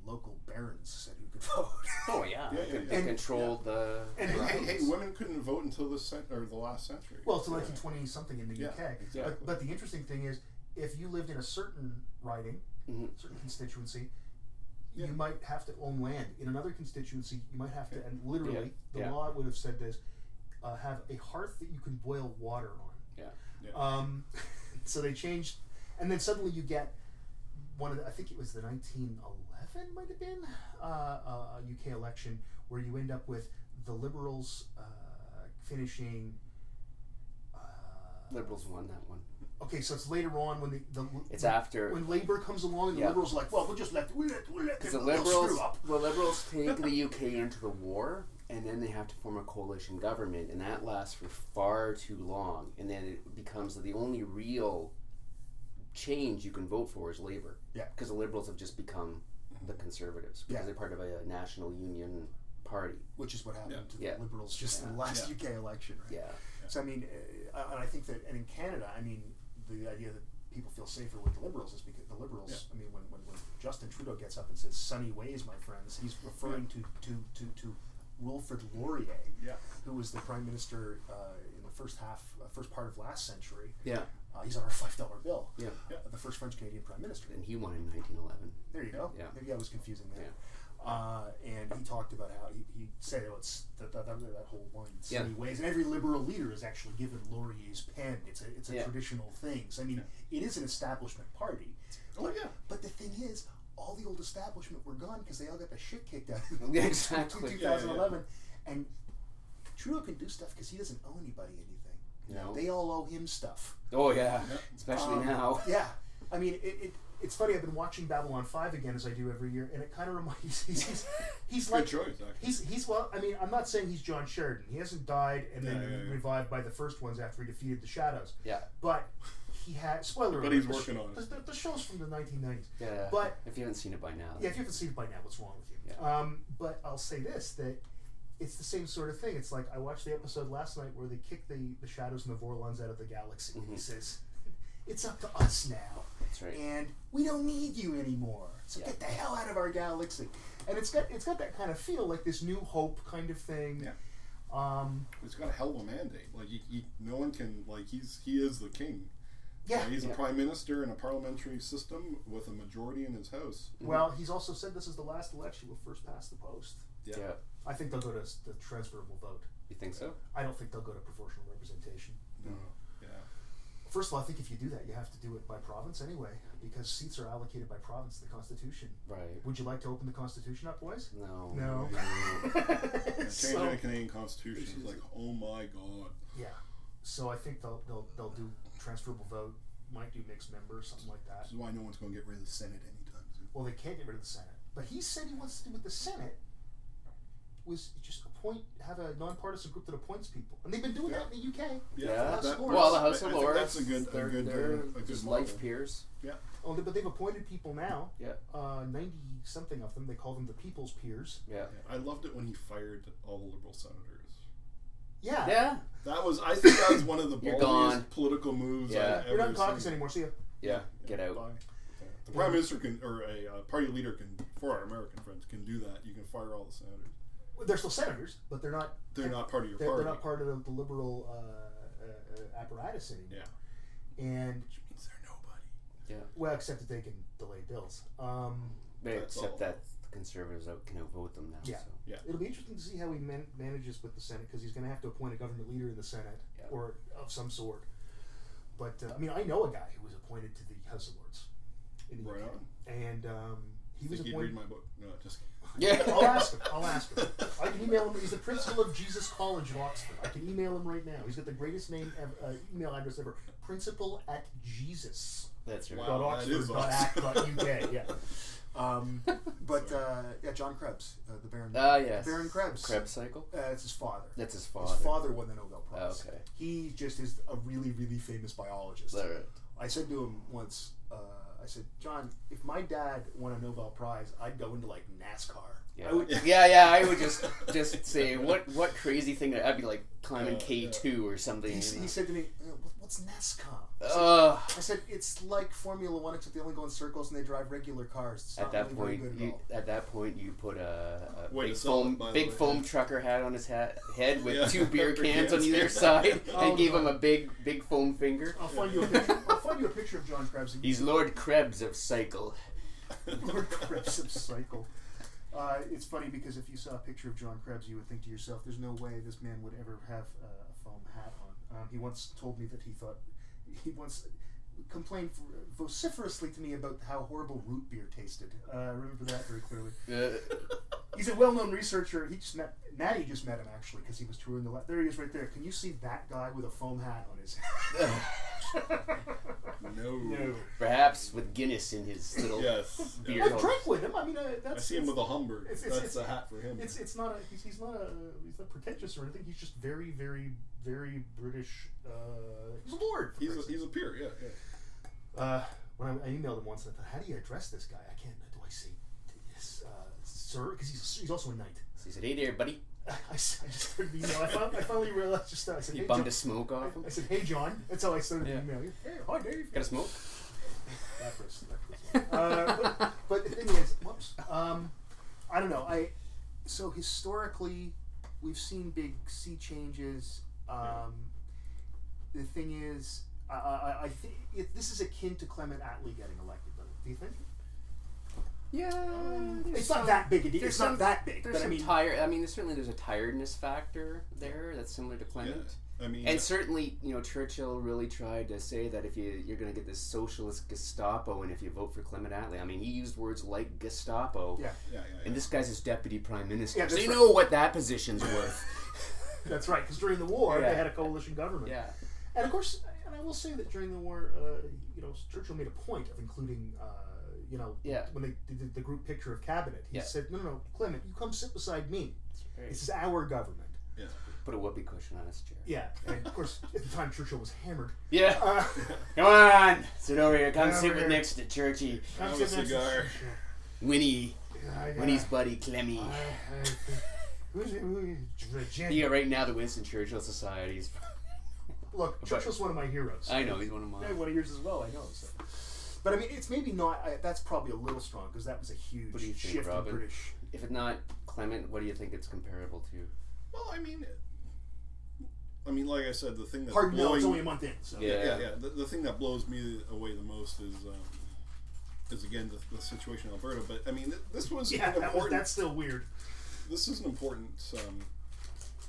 [SPEAKER 1] local barons said who could vote.
[SPEAKER 2] Oh yeah,
[SPEAKER 3] Yeah, yeah,
[SPEAKER 2] They-
[SPEAKER 3] yeah.
[SPEAKER 2] they
[SPEAKER 1] And-
[SPEAKER 2] controlled the.
[SPEAKER 1] And-
[SPEAKER 3] Hey, hey,
[SPEAKER 1] Right.
[SPEAKER 3] hey, women couldn't vote until the cent- or the last century.
[SPEAKER 1] well, it's
[SPEAKER 3] Yeah.
[SPEAKER 1] 1920 something in the
[SPEAKER 3] Yeah,
[SPEAKER 1] UK.
[SPEAKER 3] exactly.
[SPEAKER 1] But, but the interesting thing is, if you lived in a certain riding,
[SPEAKER 2] Mhm.
[SPEAKER 1] certain constituency,
[SPEAKER 3] Mm-hmm. Yeah.
[SPEAKER 1] you might have to own land. In another constituency, you might have to, and literally,
[SPEAKER 2] Yeah.
[SPEAKER 1] the
[SPEAKER 2] Yeah.
[SPEAKER 1] law would have said this: uh, have a hearth that you can boil water on.
[SPEAKER 2] Yeah.
[SPEAKER 3] Yeah.
[SPEAKER 1] Um, so they changed, and then suddenly you get one of the, I think it was the 1911 might have been uh, uh, UK election where you end up with the Liberals uh, finishing. Uh,
[SPEAKER 2] Liberals won that one.
[SPEAKER 1] Okay, so it's later on when the, the
[SPEAKER 2] It's after
[SPEAKER 1] when Labour comes along and the
[SPEAKER 2] Yeah.
[SPEAKER 1] Liberals are like, well, we'll just let we'll let, we'll let
[SPEAKER 2] because the
[SPEAKER 1] them- they'll screw
[SPEAKER 2] Liberals
[SPEAKER 1] up.
[SPEAKER 2] the Liberals take the UK into the war, and then they have to form a coalition government, and that lasts for far too long, and then it becomes the only real change you can vote for is Labour.
[SPEAKER 1] Yeah. Mm-hmm.
[SPEAKER 2] because the Liberals have just become the Conservatives because
[SPEAKER 1] Yeah.
[SPEAKER 2] they're part of a national union party.
[SPEAKER 1] Which is what happened
[SPEAKER 3] Yeah.
[SPEAKER 1] to
[SPEAKER 2] Yeah.
[SPEAKER 1] the Liberals just in the last UK election, right?
[SPEAKER 2] Yeah.
[SPEAKER 1] So I mean, uh, I- and I think that, and in Canada, I mean, the idea that people feel safer with the Liberals is because the Liberals. I mean, when, when, when Justin Trudeau gets up and says "sunny ways, my friends," he's referring to to to to Wilfrid Laurier,
[SPEAKER 3] Yeah.
[SPEAKER 1] who was the prime minister uh, in the first half, uh, first part of last century.
[SPEAKER 2] Yeah.
[SPEAKER 1] Uh, he's on our five dollar bill.
[SPEAKER 2] Yeah.
[SPEAKER 3] Yeah.
[SPEAKER 1] Uh, the first French Canadian prime minister.
[SPEAKER 2] And he won in 1911.
[SPEAKER 1] There you go.
[SPEAKER 2] Yeah.
[SPEAKER 1] Maybe I was confusing that. Uh, and he talked about how he, he said oh, it's that, that, that, that whole line in so
[SPEAKER 2] Yeah.
[SPEAKER 1] many ways, and every liberal leader is actually given Laurier's pen. It's a it's a
[SPEAKER 2] Yeah.
[SPEAKER 1] traditional thing. So I mean, it is an establishment party.
[SPEAKER 3] Oh,
[SPEAKER 1] but,
[SPEAKER 3] yeah.
[SPEAKER 1] But the thing is, all the old establishment were gone because they all got the shit kicked out. of them
[SPEAKER 2] Yeah,
[SPEAKER 1] in
[SPEAKER 2] exactly.
[SPEAKER 1] 2011, and Trudeau can do stuff because he doesn't owe anybody anything.
[SPEAKER 2] No.
[SPEAKER 1] They all owe him stuff.
[SPEAKER 2] oh yeah.
[SPEAKER 3] Yeah.
[SPEAKER 2] Especially
[SPEAKER 1] Um,
[SPEAKER 2] now.
[SPEAKER 1] Yeah, I mean, it, it, it's funny. I've been watching Babylon Five again as I do every year, and it kind of reminds he's he's, he's
[SPEAKER 3] Good
[SPEAKER 1] like
[SPEAKER 3] choice, actually.
[SPEAKER 1] he's he's well. I mean, I'm not saying he's John Sheridan. He hasn't died and then
[SPEAKER 3] Yeah, yeah, yeah.
[SPEAKER 1] revived by the first ones after he defeated the Shadows.
[SPEAKER 2] Yeah.
[SPEAKER 1] But he had spoiler.
[SPEAKER 3] But
[SPEAKER 1] alert,
[SPEAKER 3] he's
[SPEAKER 1] the
[SPEAKER 3] working on it.
[SPEAKER 1] The, the, the show's from the 1990s.
[SPEAKER 2] Yeah.
[SPEAKER 1] But-
[SPEAKER 2] if you haven't seen it by now,
[SPEAKER 1] Yeah, if you haven't seen it by now, what's wrong with you? Um, but I'll say this that it's the same sort of thing. It's like I watched the episode last night where they kick the, the shadows and the Vorlons out of the galaxy. And he says, It's up to us now.
[SPEAKER 2] that's Mm-hmm. right.
[SPEAKER 1] And we don't need you anymore. So
[SPEAKER 2] Yeah.
[SPEAKER 1] get the hell out of our galaxy. And it's got it's got that kind of feel, like this new hope kind of thing.
[SPEAKER 3] Yeah.
[SPEAKER 1] Um,
[SPEAKER 3] He's got a hell of a mandate. Like, he, he, no one can, like, he's he is the king.
[SPEAKER 1] yeah.
[SPEAKER 3] He's
[SPEAKER 2] Yeah.
[SPEAKER 3] a prime minister in a parliamentary system with a majority in his house.
[SPEAKER 2] Mm-hmm.
[SPEAKER 1] Well, he's also said this is the last election. We'll first past the post.
[SPEAKER 2] yeah.
[SPEAKER 1] I think they'll go to s- the transferable vote.
[SPEAKER 2] You think so?
[SPEAKER 1] I don't think they'll go to proportional representation.
[SPEAKER 3] No. Yeah.
[SPEAKER 1] First of all, I think if you do that, you have to do it by province anyway, because seats are allocated by province in the Constitution.
[SPEAKER 2] Right.
[SPEAKER 1] Would you like to open the Constitution up, boys?
[SPEAKER 2] No.
[SPEAKER 1] No.
[SPEAKER 3] And changing
[SPEAKER 1] so,
[SPEAKER 3] the Canadian Constitution is like, oh my god.
[SPEAKER 1] yeah. So I think they'll, they'll, they'll do transferable vote, might do mixed member, something like that.
[SPEAKER 3] This is why no one's going to get rid of the Senate anytime soon.
[SPEAKER 1] Well, they can't get rid of the Senate. But he said he wants to do with the Senate was just appoint, have a nonpartisan group that appoints people. And they've been doing that in the UK.
[SPEAKER 2] Yeah.
[SPEAKER 1] House of
[SPEAKER 3] that-
[SPEAKER 1] Lords.
[SPEAKER 2] Well, the House of
[SPEAKER 3] I- I think
[SPEAKER 2] Lords.
[SPEAKER 3] That's a good,
[SPEAKER 2] They're,
[SPEAKER 3] a good,
[SPEAKER 2] they're
[SPEAKER 3] uh, a good
[SPEAKER 2] just
[SPEAKER 3] model.
[SPEAKER 2] life peers.
[SPEAKER 1] Oh, they- but they've appointed people now.
[SPEAKER 2] Yeah.
[SPEAKER 1] Uh, 90 something of them. They call them the people's peers.
[SPEAKER 2] Yeah.
[SPEAKER 3] Yeah, I loved it when he fired all the liberal senators.
[SPEAKER 1] Yeah.
[SPEAKER 2] Yeah.
[SPEAKER 3] That was, I think, that was one of the
[SPEAKER 2] You're gone.
[SPEAKER 3] ballsiest political moves
[SPEAKER 2] Yeah.
[SPEAKER 3] I've
[SPEAKER 1] You're not
[SPEAKER 3] ever
[SPEAKER 1] in caucus
[SPEAKER 3] seen.
[SPEAKER 1] anymore. See ya.
[SPEAKER 2] Yeah. Get out.
[SPEAKER 3] Bye. The prime minister can, or a uh, party leader can, for our American friends, can do that. You can fire all the senators.
[SPEAKER 1] Well, They're still senators, but they're not.
[SPEAKER 3] They're not part of your
[SPEAKER 1] They're,
[SPEAKER 3] party.
[SPEAKER 1] they're not part of the liberal uh, uh, uh, apparatus anymore. And
[SPEAKER 3] Which means they're nobody.
[SPEAKER 1] well, except that they can delay bills. Um,
[SPEAKER 2] They
[SPEAKER 3] That's
[SPEAKER 2] Except
[SPEAKER 3] all.
[SPEAKER 2] that the conservatives out can outvote them now.
[SPEAKER 1] Yeah.
[SPEAKER 2] So.
[SPEAKER 1] it'll be interesting to see how he man- manages with the Senate because he's going to have to appoint a government leader in the Senate
[SPEAKER 2] Yeah.
[SPEAKER 1] or of some sort. But uh, I mean, I know a guy who was appointed to the House of Lords, in the
[SPEAKER 3] Right
[SPEAKER 1] UK.
[SPEAKER 3] on.
[SPEAKER 1] and um, he was
[SPEAKER 3] Think he'd read
[SPEAKER 1] appointed.
[SPEAKER 3] my book? No, just
[SPEAKER 1] I'll ask him. I'll ask him. I can email him. He's the principal of Jesus College in Oxford. I can email him right now. He's got the greatest name ever, uh, email address ever. Principal at Jesus.
[SPEAKER 2] That's right.
[SPEAKER 3] Wow.
[SPEAKER 1] dot
[SPEAKER 3] that
[SPEAKER 1] Oxford
[SPEAKER 3] is
[SPEAKER 1] dot
[SPEAKER 3] awesome.
[SPEAKER 1] act dot UK. Yeah. Um, but uh, yeah, John Krebs, uh, the Baron.
[SPEAKER 2] Ah, yes.
[SPEAKER 1] Baron Krebs.
[SPEAKER 2] Krebs cycle.
[SPEAKER 1] Uh, it's his father.
[SPEAKER 2] That's his father. Ah,
[SPEAKER 1] His father won the Nobel Prize.
[SPEAKER 2] Okay.
[SPEAKER 1] He just is a really, really famous biologist.
[SPEAKER 2] All right.
[SPEAKER 1] I said to him once, uh, I said, John, if my dad won a Nobel Prize, I'd go into like NASCAR.
[SPEAKER 2] Yeah.
[SPEAKER 1] I would,
[SPEAKER 2] yeah, yeah. I would just just say what what crazy thing I'd be like climbing
[SPEAKER 3] Yeah,
[SPEAKER 2] K two or something.
[SPEAKER 1] he,
[SPEAKER 2] you
[SPEAKER 1] s-
[SPEAKER 2] know.
[SPEAKER 1] he said to me, "Uh, what- "What's NASCAR?"
[SPEAKER 2] Ugh.
[SPEAKER 1] I said, "It's like Formula One, except they only go in circles and they drive regular cars. It's
[SPEAKER 2] at
[SPEAKER 1] not
[SPEAKER 2] that
[SPEAKER 1] really very
[SPEAKER 2] point,
[SPEAKER 1] good at
[SPEAKER 2] you,
[SPEAKER 1] all."
[SPEAKER 2] at that point, you put a, a
[SPEAKER 3] Way to
[SPEAKER 2] big
[SPEAKER 3] sell it,
[SPEAKER 2] foam,
[SPEAKER 3] by the
[SPEAKER 2] big
[SPEAKER 3] way.
[SPEAKER 2] foam trucker hat on his hat, head with
[SPEAKER 3] Yeah.
[SPEAKER 2] two beer
[SPEAKER 3] Beer
[SPEAKER 2] cans on
[SPEAKER 3] cans.
[SPEAKER 2] either side,
[SPEAKER 1] Oh,
[SPEAKER 2] and gave
[SPEAKER 1] no. Oh.
[SPEAKER 2] him a big, big foam finger.
[SPEAKER 1] I'll find you a picture. I'll find you a picture of John Krebs.
[SPEAKER 2] He's Lord Krebs of Cycle.
[SPEAKER 1] Lord Krebs' cycle. Uh, it's funny because if you saw a picture of John Krebs, you would think to yourself, "There's no way this man would ever have uh, a foam hat on." Um, he once told me that he thought he once complained vociferously to me about how horrible root beer tasted. Uh, I remember that very clearly.
[SPEAKER 2] Uh,
[SPEAKER 1] He's a well-known researcher. He just met Natty. Just met him actually because he was touring the. La- there he is, right there. Can you see that guy with a foam hat on his? head?
[SPEAKER 3] no.
[SPEAKER 1] no.
[SPEAKER 2] Perhaps with Guinness in his little
[SPEAKER 3] Yes.
[SPEAKER 2] Beer.
[SPEAKER 1] I've drank with him. I mean, uh, that's.
[SPEAKER 3] I see him with a Humber.
[SPEAKER 1] it's- it's-
[SPEAKER 3] That's
[SPEAKER 1] it's-
[SPEAKER 3] a hat for him.
[SPEAKER 1] It's it's not a he's, he's not a he's not pretentious or anything. He's just very very very British. Uh, he's a lord. for
[SPEAKER 3] he's a,
[SPEAKER 1] Christ's
[SPEAKER 3] he's a peer. Yeah. yeah.
[SPEAKER 1] sake. uh, when I, I emailed him once, I thought, how do you address this guy? I can't. Do I say this, uh, sir? Because he's he's also a knight.
[SPEAKER 2] So he said, "Hey there, buddy.
[SPEAKER 1] I, s- I just started the email. I, fin- I finally realized just now. I said,
[SPEAKER 2] You
[SPEAKER 1] hey,
[SPEAKER 2] bummed
[SPEAKER 1] John.
[SPEAKER 2] a smoke off him.
[SPEAKER 1] I said, hey, John. That's how I started
[SPEAKER 2] Yeah.
[SPEAKER 1] the email. Hey, hi, Dave.
[SPEAKER 2] Got a smoke?
[SPEAKER 1] Leprous, leprous. uh, but, but the thing is, whoops. Um, I don't know. I so historically, we've seen big sea changes. Um, The thing is, I, I, I think it, this is akin to Clement Attlee getting elected. Though, do you think?
[SPEAKER 2] Yeah.
[SPEAKER 1] It's not that big a deal.
[SPEAKER 2] there's
[SPEAKER 1] It's
[SPEAKER 2] some-
[SPEAKER 1] not that big.
[SPEAKER 2] There's
[SPEAKER 1] But I
[SPEAKER 2] some
[SPEAKER 1] mean,
[SPEAKER 2] tire. I mean, there's certainly there's a tiredness factor there that's similar to Clement.
[SPEAKER 3] I mean,
[SPEAKER 2] And certainly, you know, Churchill really tried to say that if you you're going to get this socialist Gestapo, and if you vote for Clement Attlee, I mean, he used words like Gestapo,
[SPEAKER 1] Yeah.
[SPEAKER 3] yeah, yeah, yeah.
[SPEAKER 2] and this guy's his deputy prime minister,
[SPEAKER 1] Yeah,
[SPEAKER 2] so
[SPEAKER 1] that's
[SPEAKER 2] you
[SPEAKER 1] right.
[SPEAKER 2] know what that position's worth.
[SPEAKER 1] that's right. Because during the war,
[SPEAKER 2] Yeah.
[SPEAKER 1] they had a coalition government.
[SPEAKER 2] yeah,
[SPEAKER 1] And of course, and I will say that during the war, uh, you know, Churchill made a point of including, uh, you know,
[SPEAKER 2] Yeah.
[SPEAKER 1] when they did the group picture of cabinet, he
[SPEAKER 2] Yeah.
[SPEAKER 1] said, "No, no, no, Clement, you come sit beside me. This is our government."
[SPEAKER 2] put a whoopee cushion on his chair.
[SPEAKER 1] Yeah, and of course, at the time Churchill was hammered.
[SPEAKER 2] Yeah,
[SPEAKER 1] Uh,
[SPEAKER 2] come on, sit over here. Come
[SPEAKER 1] Over
[SPEAKER 2] sit with
[SPEAKER 1] here.
[SPEAKER 2] next to Churchy,
[SPEAKER 3] Have a
[SPEAKER 1] sit next to
[SPEAKER 3] cigar.
[SPEAKER 1] Churchill.
[SPEAKER 2] Winnie,
[SPEAKER 1] Yeah, yeah.
[SPEAKER 2] Winnie's buddy Clemmy.
[SPEAKER 1] I- I think- Who's it? Who- Virginia.
[SPEAKER 2] Yeah, right now the Winston Churchill Society's.
[SPEAKER 1] Look, Churchill's one of my heroes.
[SPEAKER 2] I know he's one of mine.
[SPEAKER 1] Yeah, one of yours as well. I know. So. But I mean, it's maybe not. I, that's probably a little strong because that was a huge
[SPEAKER 2] What do you think,
[SPEAKER 1] shift
[SPEAKER 2] Robin?
[SPEAKER 1] in British.
[SPEAKER 2] If it's not Clement, what do you think it's comparable to?
[SPEAKER 3] Well, I mean, I mean, like I said, the thing that's
[SPEAKER 1] Hard no,
[SPEAKER 3] blowing,
[SPEAKER 1] it's only a month in. So.
[SPEAKER 2] Yeah.
[SPEAKER 3] yeah, yeah. The, the thing that blows me away the most is, um, is again the, the situation in Alberta. But I mean, th- this was
[SPEAKER 1] Yeah,
[SPEAKER 3] an
[SPEAKER 1] that was,
[SPEAKER 3] important.
[SPEAKER 1] that's still weird.
[SPEAKER 3] This is an important, um,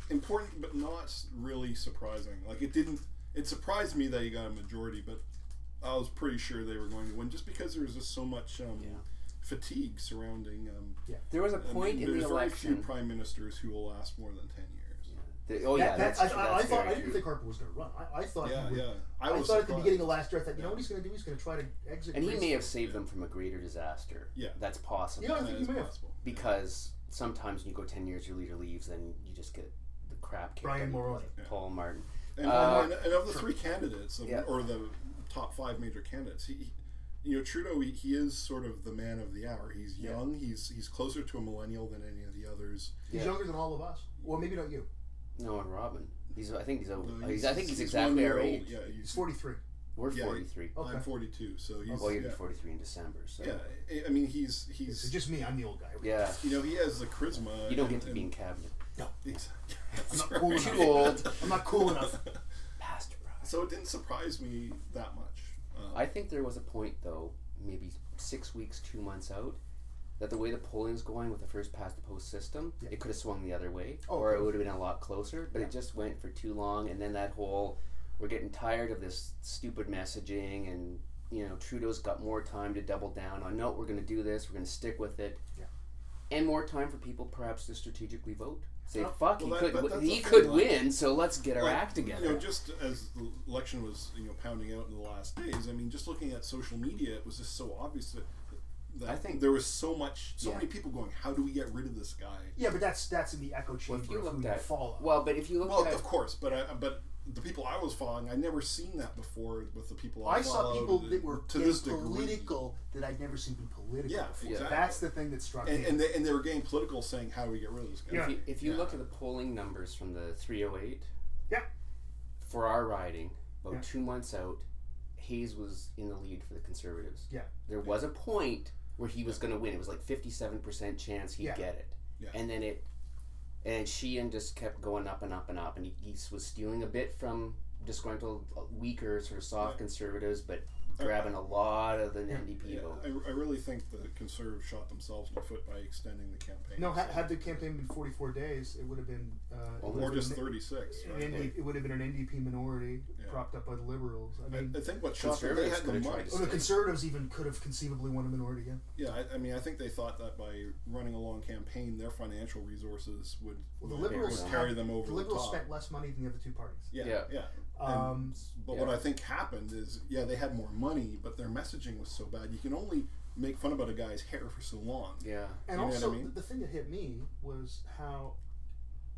[SPEAKER 3] important, but not really surprising. Like it didn't. It surprised me that he got a majority, but I was pretty sure they were going to win just because there was just so much um,
[SPEAKER 2] Yeah.
[SPEAKER 3] fatigue surrounding. Um,
[SPEAKER 2] There was a
[SPEAKER 3] I
[SPEAKER 2] point
[SPEAKER 3] mean,
[SPEAKER 2] in
[SPEAKER 3] there's
[SPEAKER 2] the
[SPEAKER 3] very few
[SPEAKER 2] election.
[SPEAKER 3] prime ministers who will last more than ten years.
[SPEAKER 2] The- oh yeah,
[SPEAKER 1] That- that-
[SPEAKER 2] that's,
[SPEAKER 1] I, I, I
[SPEAKER 2] that's
[SPEAKER 1] thought
[SPEAKER 2] very
[SPEAKER 1] I didn't
[SPEAKER 2] true.
[SPEAKER 1] think Harper was going to run. I, I thought
[SPEAKER 3] Yeah,
[SPEAKER 1] he would.
[SPEAKER 3] yeah.
[SPEAKER 1] I,
[SPEAKER 3] was
[SPEAKER 1] thought at the
[SPEAKER 3] surprised.
[SPEAKER 1] beginning of last year, I thought, you know what he's going to do? He's going to try to exit.
[SPEAKER 2] and he
[SPEAKER 1] Greece.
[SPEAKER 2] may have saved them from a greater disaster.
[SPEAKER 3] Yeah.
[SPEAKER 2] that's possible.
[SPEAKER 1] Yeah, I
[SPEAKER 3] That
[SPEAKER 1] think
[SPEAKER 3] is
[SPEAKER 1] he may have.
[SPEAKER 3] possible.
[SPEAKER 2] because sometimes when you go ten years, your leader leaves, then you just get the crap kicked. out
[SPEAKER 1] Brian
[SPEAKER 2] of you,
[SPEAKER 1] Mulroney.
[SPEAKER 2] like Paul Martin.
[SPEAKER 3] And,
[SPEAKER 2] Uh,
[SPEAKER 3] and, and of the three candidates, of-
[SPEAKER 2] Yeah.
[SPEAKER 3] or the top five major candidates, he, he- you know, Trudeau, he, he is sort of the man of the hour. He's
[SPEAKER 1] Yeah.
[SPEAKER 3] young. He's he's closer to a millennial than any of the others.
[SPEAKER 1] He's
[SPEAKER 2] Yeah.
[SPEAKER 1] younger than all of us. Well, maybe not you.
[SPEAKER 2] No, and Robin. He's. I think he's. A,
[SPEAKER 3] Uh,
[SPEAKER 2] Oh, he's I think he's,
[SPEAKER 3] one
[SPEAKER 2] exactly
[SPEAKER 3] year
[SPEAKER 2] our
[SPEAKER 3] old.
[SPEAKER 2] age.
[SPEAKER 3] Yeah,
[SPEAKER 1] He's
[SPEAKER 3] he's,
[SPEAKER 1] forty-three.
[SPEAKER 2] We're
[SPEAKER 3] Yeah, he-
[SPEAKER 2] forty-three.
[SPEAKER 1] Okay.
[SPEAKER 3] I'm 42, so he's
[SPEAKER 2] Oh, Well, you'll
[SPEAKER 3] yeah,
[SPEAKER 2] be forty-three in December. So
[SPEAKER 3] yeah. I- I mean, he's
[SPEAKER 1] So
[SPEAKER 3] he's
[SPEAKER 1] just me. I'm the old guy.
[SPEAKER 2] yeah.
[SPEAKER 3] you know he has the charisma.
[SPEAKER 2] You don't
[SPEAKER 3] and-
[SPEAKER 2] get to be in
[SPEAKER 3] and-
[SPEAKER 2] cabinet.
[SPEAKER 3] he's-
[SPEAKER 1] I'm not
[SPEAKER 3] Sorry.
[SPEAKER 1] cool enough.
[SPEAKER 2] Too old.
[SPEAKER 1] I'm not cool enough.
[SPEAKER 2] Pastor Brian.
[SPEAKER 3] so it didn't surprise me that much. Um,
[SPEAKER 2] I think there was a point though, maybe six weeks, two months out, that the way the polling's going with the first past the post system,
[SPEAKER 1] Yeah.
[SPEAKER 2] it could have swung the other way,
[SPEAKER 1] Oh,
[SPEAKER 2] or it
[SPEAKER 1] okay.
[SPEAKER 2] would have been a lot closer. But it just went for too long, and then that whole we're getting tired of this stupid messaging, and you know Trudeau's got more time to double down on. No, we're going to do this. We're going to stick with it.
[SPEAKER 1] Yeah.
[SPEAKER 2] And more time for people, perhaps, to strategically vote. Say,
[SPEAKER 1] Oh,
[SPEAKER 2] fuck,
[SPEAKER 3] well, that-
[SPEAKER 2] he could,
[SPEAKER 3] that-
[SPEAKER 2] wi-
[SPEAKER 3] that's
[SPEAKER 2] he
[SPEAKER 3] the thing,
[SPEAKER 2] could
[SPEAKER 3] like-
[SPEAKER 2] win, so let's get our
[SPEAKER 3] Like,
[SPEAKER 2] act together.
[SPEAKER 3] You know, just as the election was you know pounding out in the last days, I mean, just looking at social media, it was just so obvious that, that
[SPEAKER 2] I think-
[SPEAKER 3] there was so much, so
[SPEAKER 2] Yeah.
[SPEAKER 3] many people going, "How do we get rid of this guy?"
[SPEAKER 1] Yeah, but that's that's in the echo chamber
[SPEAKER 2] you
[SPEAKER 1] of who
[SPEAKER 2] looked
[SPEAKER 1] you
[SPEAKER 2] at-
[SPEAKER 1] follow.
[SPEAKER 2] well, but if you look
[SPEAKER 3] Well,
[SPEAKER 2] at
[SPEAKER 3] of course, but I, but the people I was following, I'd never seen that before with the people I,
[SPEAKER 1] I saw
[SPEAKER 3] followed,
[SPEAKER 1] people
[SPEAKER 3] uh,
[SPEAKER 1] that were
[SPEAKER 3] to
[SPEAKER 1] getting
[SPEAKER 3] this degree.
[SPEAKER 1] political that I'd never seen be political.
[SPEAKER 3] Yeah,
[SPEAKER 1] before.
[SPEAKER 3] exactly.
[SPEAKER 1] That's the thing that struck
[SPEAKER 3] and,
[SPEAKER 1] me.
[SPEAKER 3] and they and they were getting political, saying, "How do we get rid of this guy?"
[SPEAKER 1] Yeah.
[SPEAKER 2] If you, if you
[SPEAKER 3] Yeah.
[SPEAKER 2] look at the polling numbers from the 308,
[SPEAKER 1] Yeah.
[SPEAKER 2] for our riding, about
[SPEAKER 1] Yeah.
[SPEAKER 2] two months out, Hayes was in the lead for the Conservatives.
[SPEAKER 1] Yeah.
[SPEAKER 2] There was a point where he was going to win. It was like 57% chance he'd
[SPEAKER 1] Yeah.
[SPEAKER 2] get it.
[SPEAKER 3] Yeah.
[SPEAKER 2] And then it, and Sheehan just kept going up and up and up. And he, he was stealing a bit from disgruntled, uh, weaker, sort of soft
[SPEAKER 3] Yeah.
[SPEAKER 2] conservatives, but grabbing a lot of the NDP
[SPEAKER 3] Yeah,
[SPEAKER 2] vote.
[SPEAKER 3] I, I really think the conservatives shot themselves in the foot by extending the campaign.
[SPEAKER 1] No, had,
[SPEAKER 3] So-
[SPEAKER 1] had the campaign been 44 days, it would have been. Uh, it
[SPEAKER 2] Or
[SPEAKER 1] would
[SPEAKER 3] or
[SPEAKER 1] have
[SPEAKER 3] just
[SPEAKER 1] been-
[SPEAKER 3] 36.
[SPEAKER 1] an
[SPEAKER 3] Right?
[SPEAKER 1] ND, it would have been an NDP minority
[SPEAKER 3] Yeah.
[SPEAKER 1] propped up by the liberals. I mean,
[SPEAKER 3] I, I think what shot them, they
[SPEAKER 2] Conservatives
[SPEAKER 3] had the
[SPEAKER 2] could've tried
[SPEAKER 3] money.
[SPEAKER 2] to
[SPEAKER 1] well,
[SPEAKER 2] Oh,
[SPEAKER 1] the conservatives even could have conceivably won a minority again.
[SPEAKER 3] Yeah, I, I mean, I think they thought that by running a long campaign, their financial resources would,
[SPEAKER 1] Well, the
[SPEAKER 3] would
[SPEAKER 1] Liberals
[SPEAKER 3] carry
[SPEAKER 1] had-
[SPEAKER 3] them over
[SPEAKER 1] The
[SPEAKER 3] the,
[SPEAKER 1] liberals
[SPEAKER 3] top.
[SPEAKER 1] spent less money than the other two parties.
[SPEAKER 3] yeah, yeah.
[SPEAKER 2] Yeah.
[SPEAKER 3] And-
[SPEAKER 1] Um,
[SPEAKER 3] but
[SPEAKER 2] yeah.
[SPEAKER 3] what I think happened is, yeah, they had more money, but their messaging was so bad. You can only make fun about a guy's hair for so long.
[SPEAKER 2] Yeah.
[SPEAKER 1] And
[SPEAKER 3] You know what
[SPEAKER 1] also,
[SPEAKER 3] I mean?
[SPEAKER 1] th- the thing that hit me was how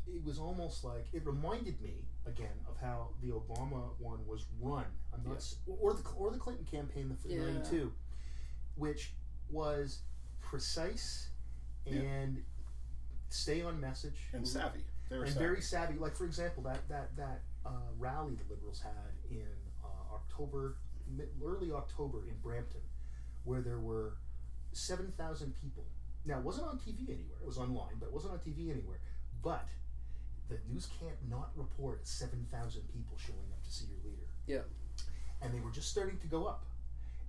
[SPEAKER 1] it was almost like it reminded me again of how the Obama one was run. I'm not,
[SPEAKER 2] Yeah.
[SPEAKER 1] s- or the or the Clinton campaign, the f-
[SPEAKER 2] Yeah.
[SPEAKER 1] '92, which was precise
[SPEAKER 3] Yeah.
[SPEAKER 1] and stay on message
[SPEAKER 3] And savvy. They were
[SPEAKER 1] Mm-hmm. and
[SPEAKER 3] savvy.
[SPEAKER 1] very savvy. Like for example, that that that uh, rally the Liberals had in uh, October, mi- early October in Brampton, where there were seven thousand people. Now it wasn't on TV anywhere. It was online, but it wasn't on TV anywhere. But the news can't not report seven thousand people showing up to see your leader.
[SPEAKER 2] Yeah.
[SPEAKER 1] and they were just starting to go up.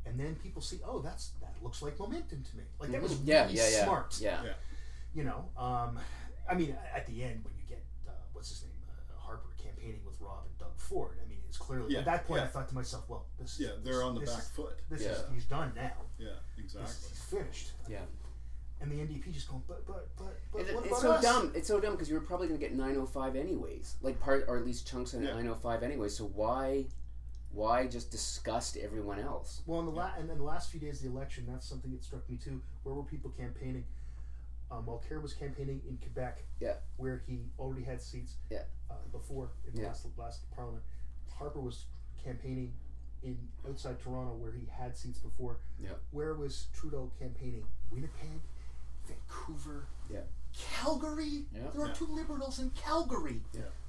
[SPEAKER 1] And then people see, oh, that's that looks like momentum to me. Like that was really
[SPEAKER 2] Yeah, yeah, yeah.
[SPEAKER 1] smart
[SPEAKER 2] Yeah.
[SPEAKER 3] Yeah.
[SPEAKER 1] you know, um, I mean, at the end when you get uh, what's his name uh, Harper campaigning with Rob and Doug Ford, I mean, it's clearly
[SPEAKER 3] Yeah,
[SPEAKER 1] at that point
[SPEAKER 3] yeah.
[SPEAKER 1] I thought to myself, well, this
[SPEAKER 3] yeah,
[SPEAKER 1] is,
[SPEAKER 3] they're on the
[SPEAKER 1] this
[SPEAKER 3] back
[SPEAKER 1] Is,
[SPEAKER 3] foot.
[SPEAKER 1] this is
[SPEAKER 2] Yeah.
[SPEAKER 1] he's done now.
[SPEAKER 3] Yeah, exactly.
[SPEAKER 1] This, he's finished.
[SPEAKER 2] Yeah.
[SPEAKER 1] And the NDP just going, but but but but
[SPEAKER 2] It-
[SPEAKER 1] what
[SPEAKER 2] it's
[SPEAKER 1] about
[SPEAKER 2] so
[SPEAKER 1] us?
[SPEAKER 2] dumb. It's so dumb because you were probably going to get 905 anyways, like part or at least chunks of
[SPEAKER 3] Yeah.
[SPEAKER 2] 905 anyways. So why, why just disgust everyone else?
[SPEAKER 1] Well, in the la- and then the last few days of the election, that's something that struck me too. Where were people campaigning? Um, Mulcair was campaigning in Quebec,
[SPEAKER 2] Yeah.
[SPEAKER 1] where he already had seats,
[SPEAKER 2] Yeah.
[SPEAKER 1] uh, before in the
[SPEAKER 2] Yeah.
[SPEAKER 1] last last parliament. Harper was campaigning in outside Toronto, where he had seats before.
[SPEAKER 2] Yeah.
[SPEAKER 1] Where was Trudeau campaigning? Winnipeg, Vancouver,
[SPEAKER 2] Yeah.
[SPEAKER 1] Calgary.
[SPEAKER 2] Yeah.
[SPEAKER 1] There are
[SPEAKER 3] Yeah.
[SPEAKER 1] two liberals in Calgary.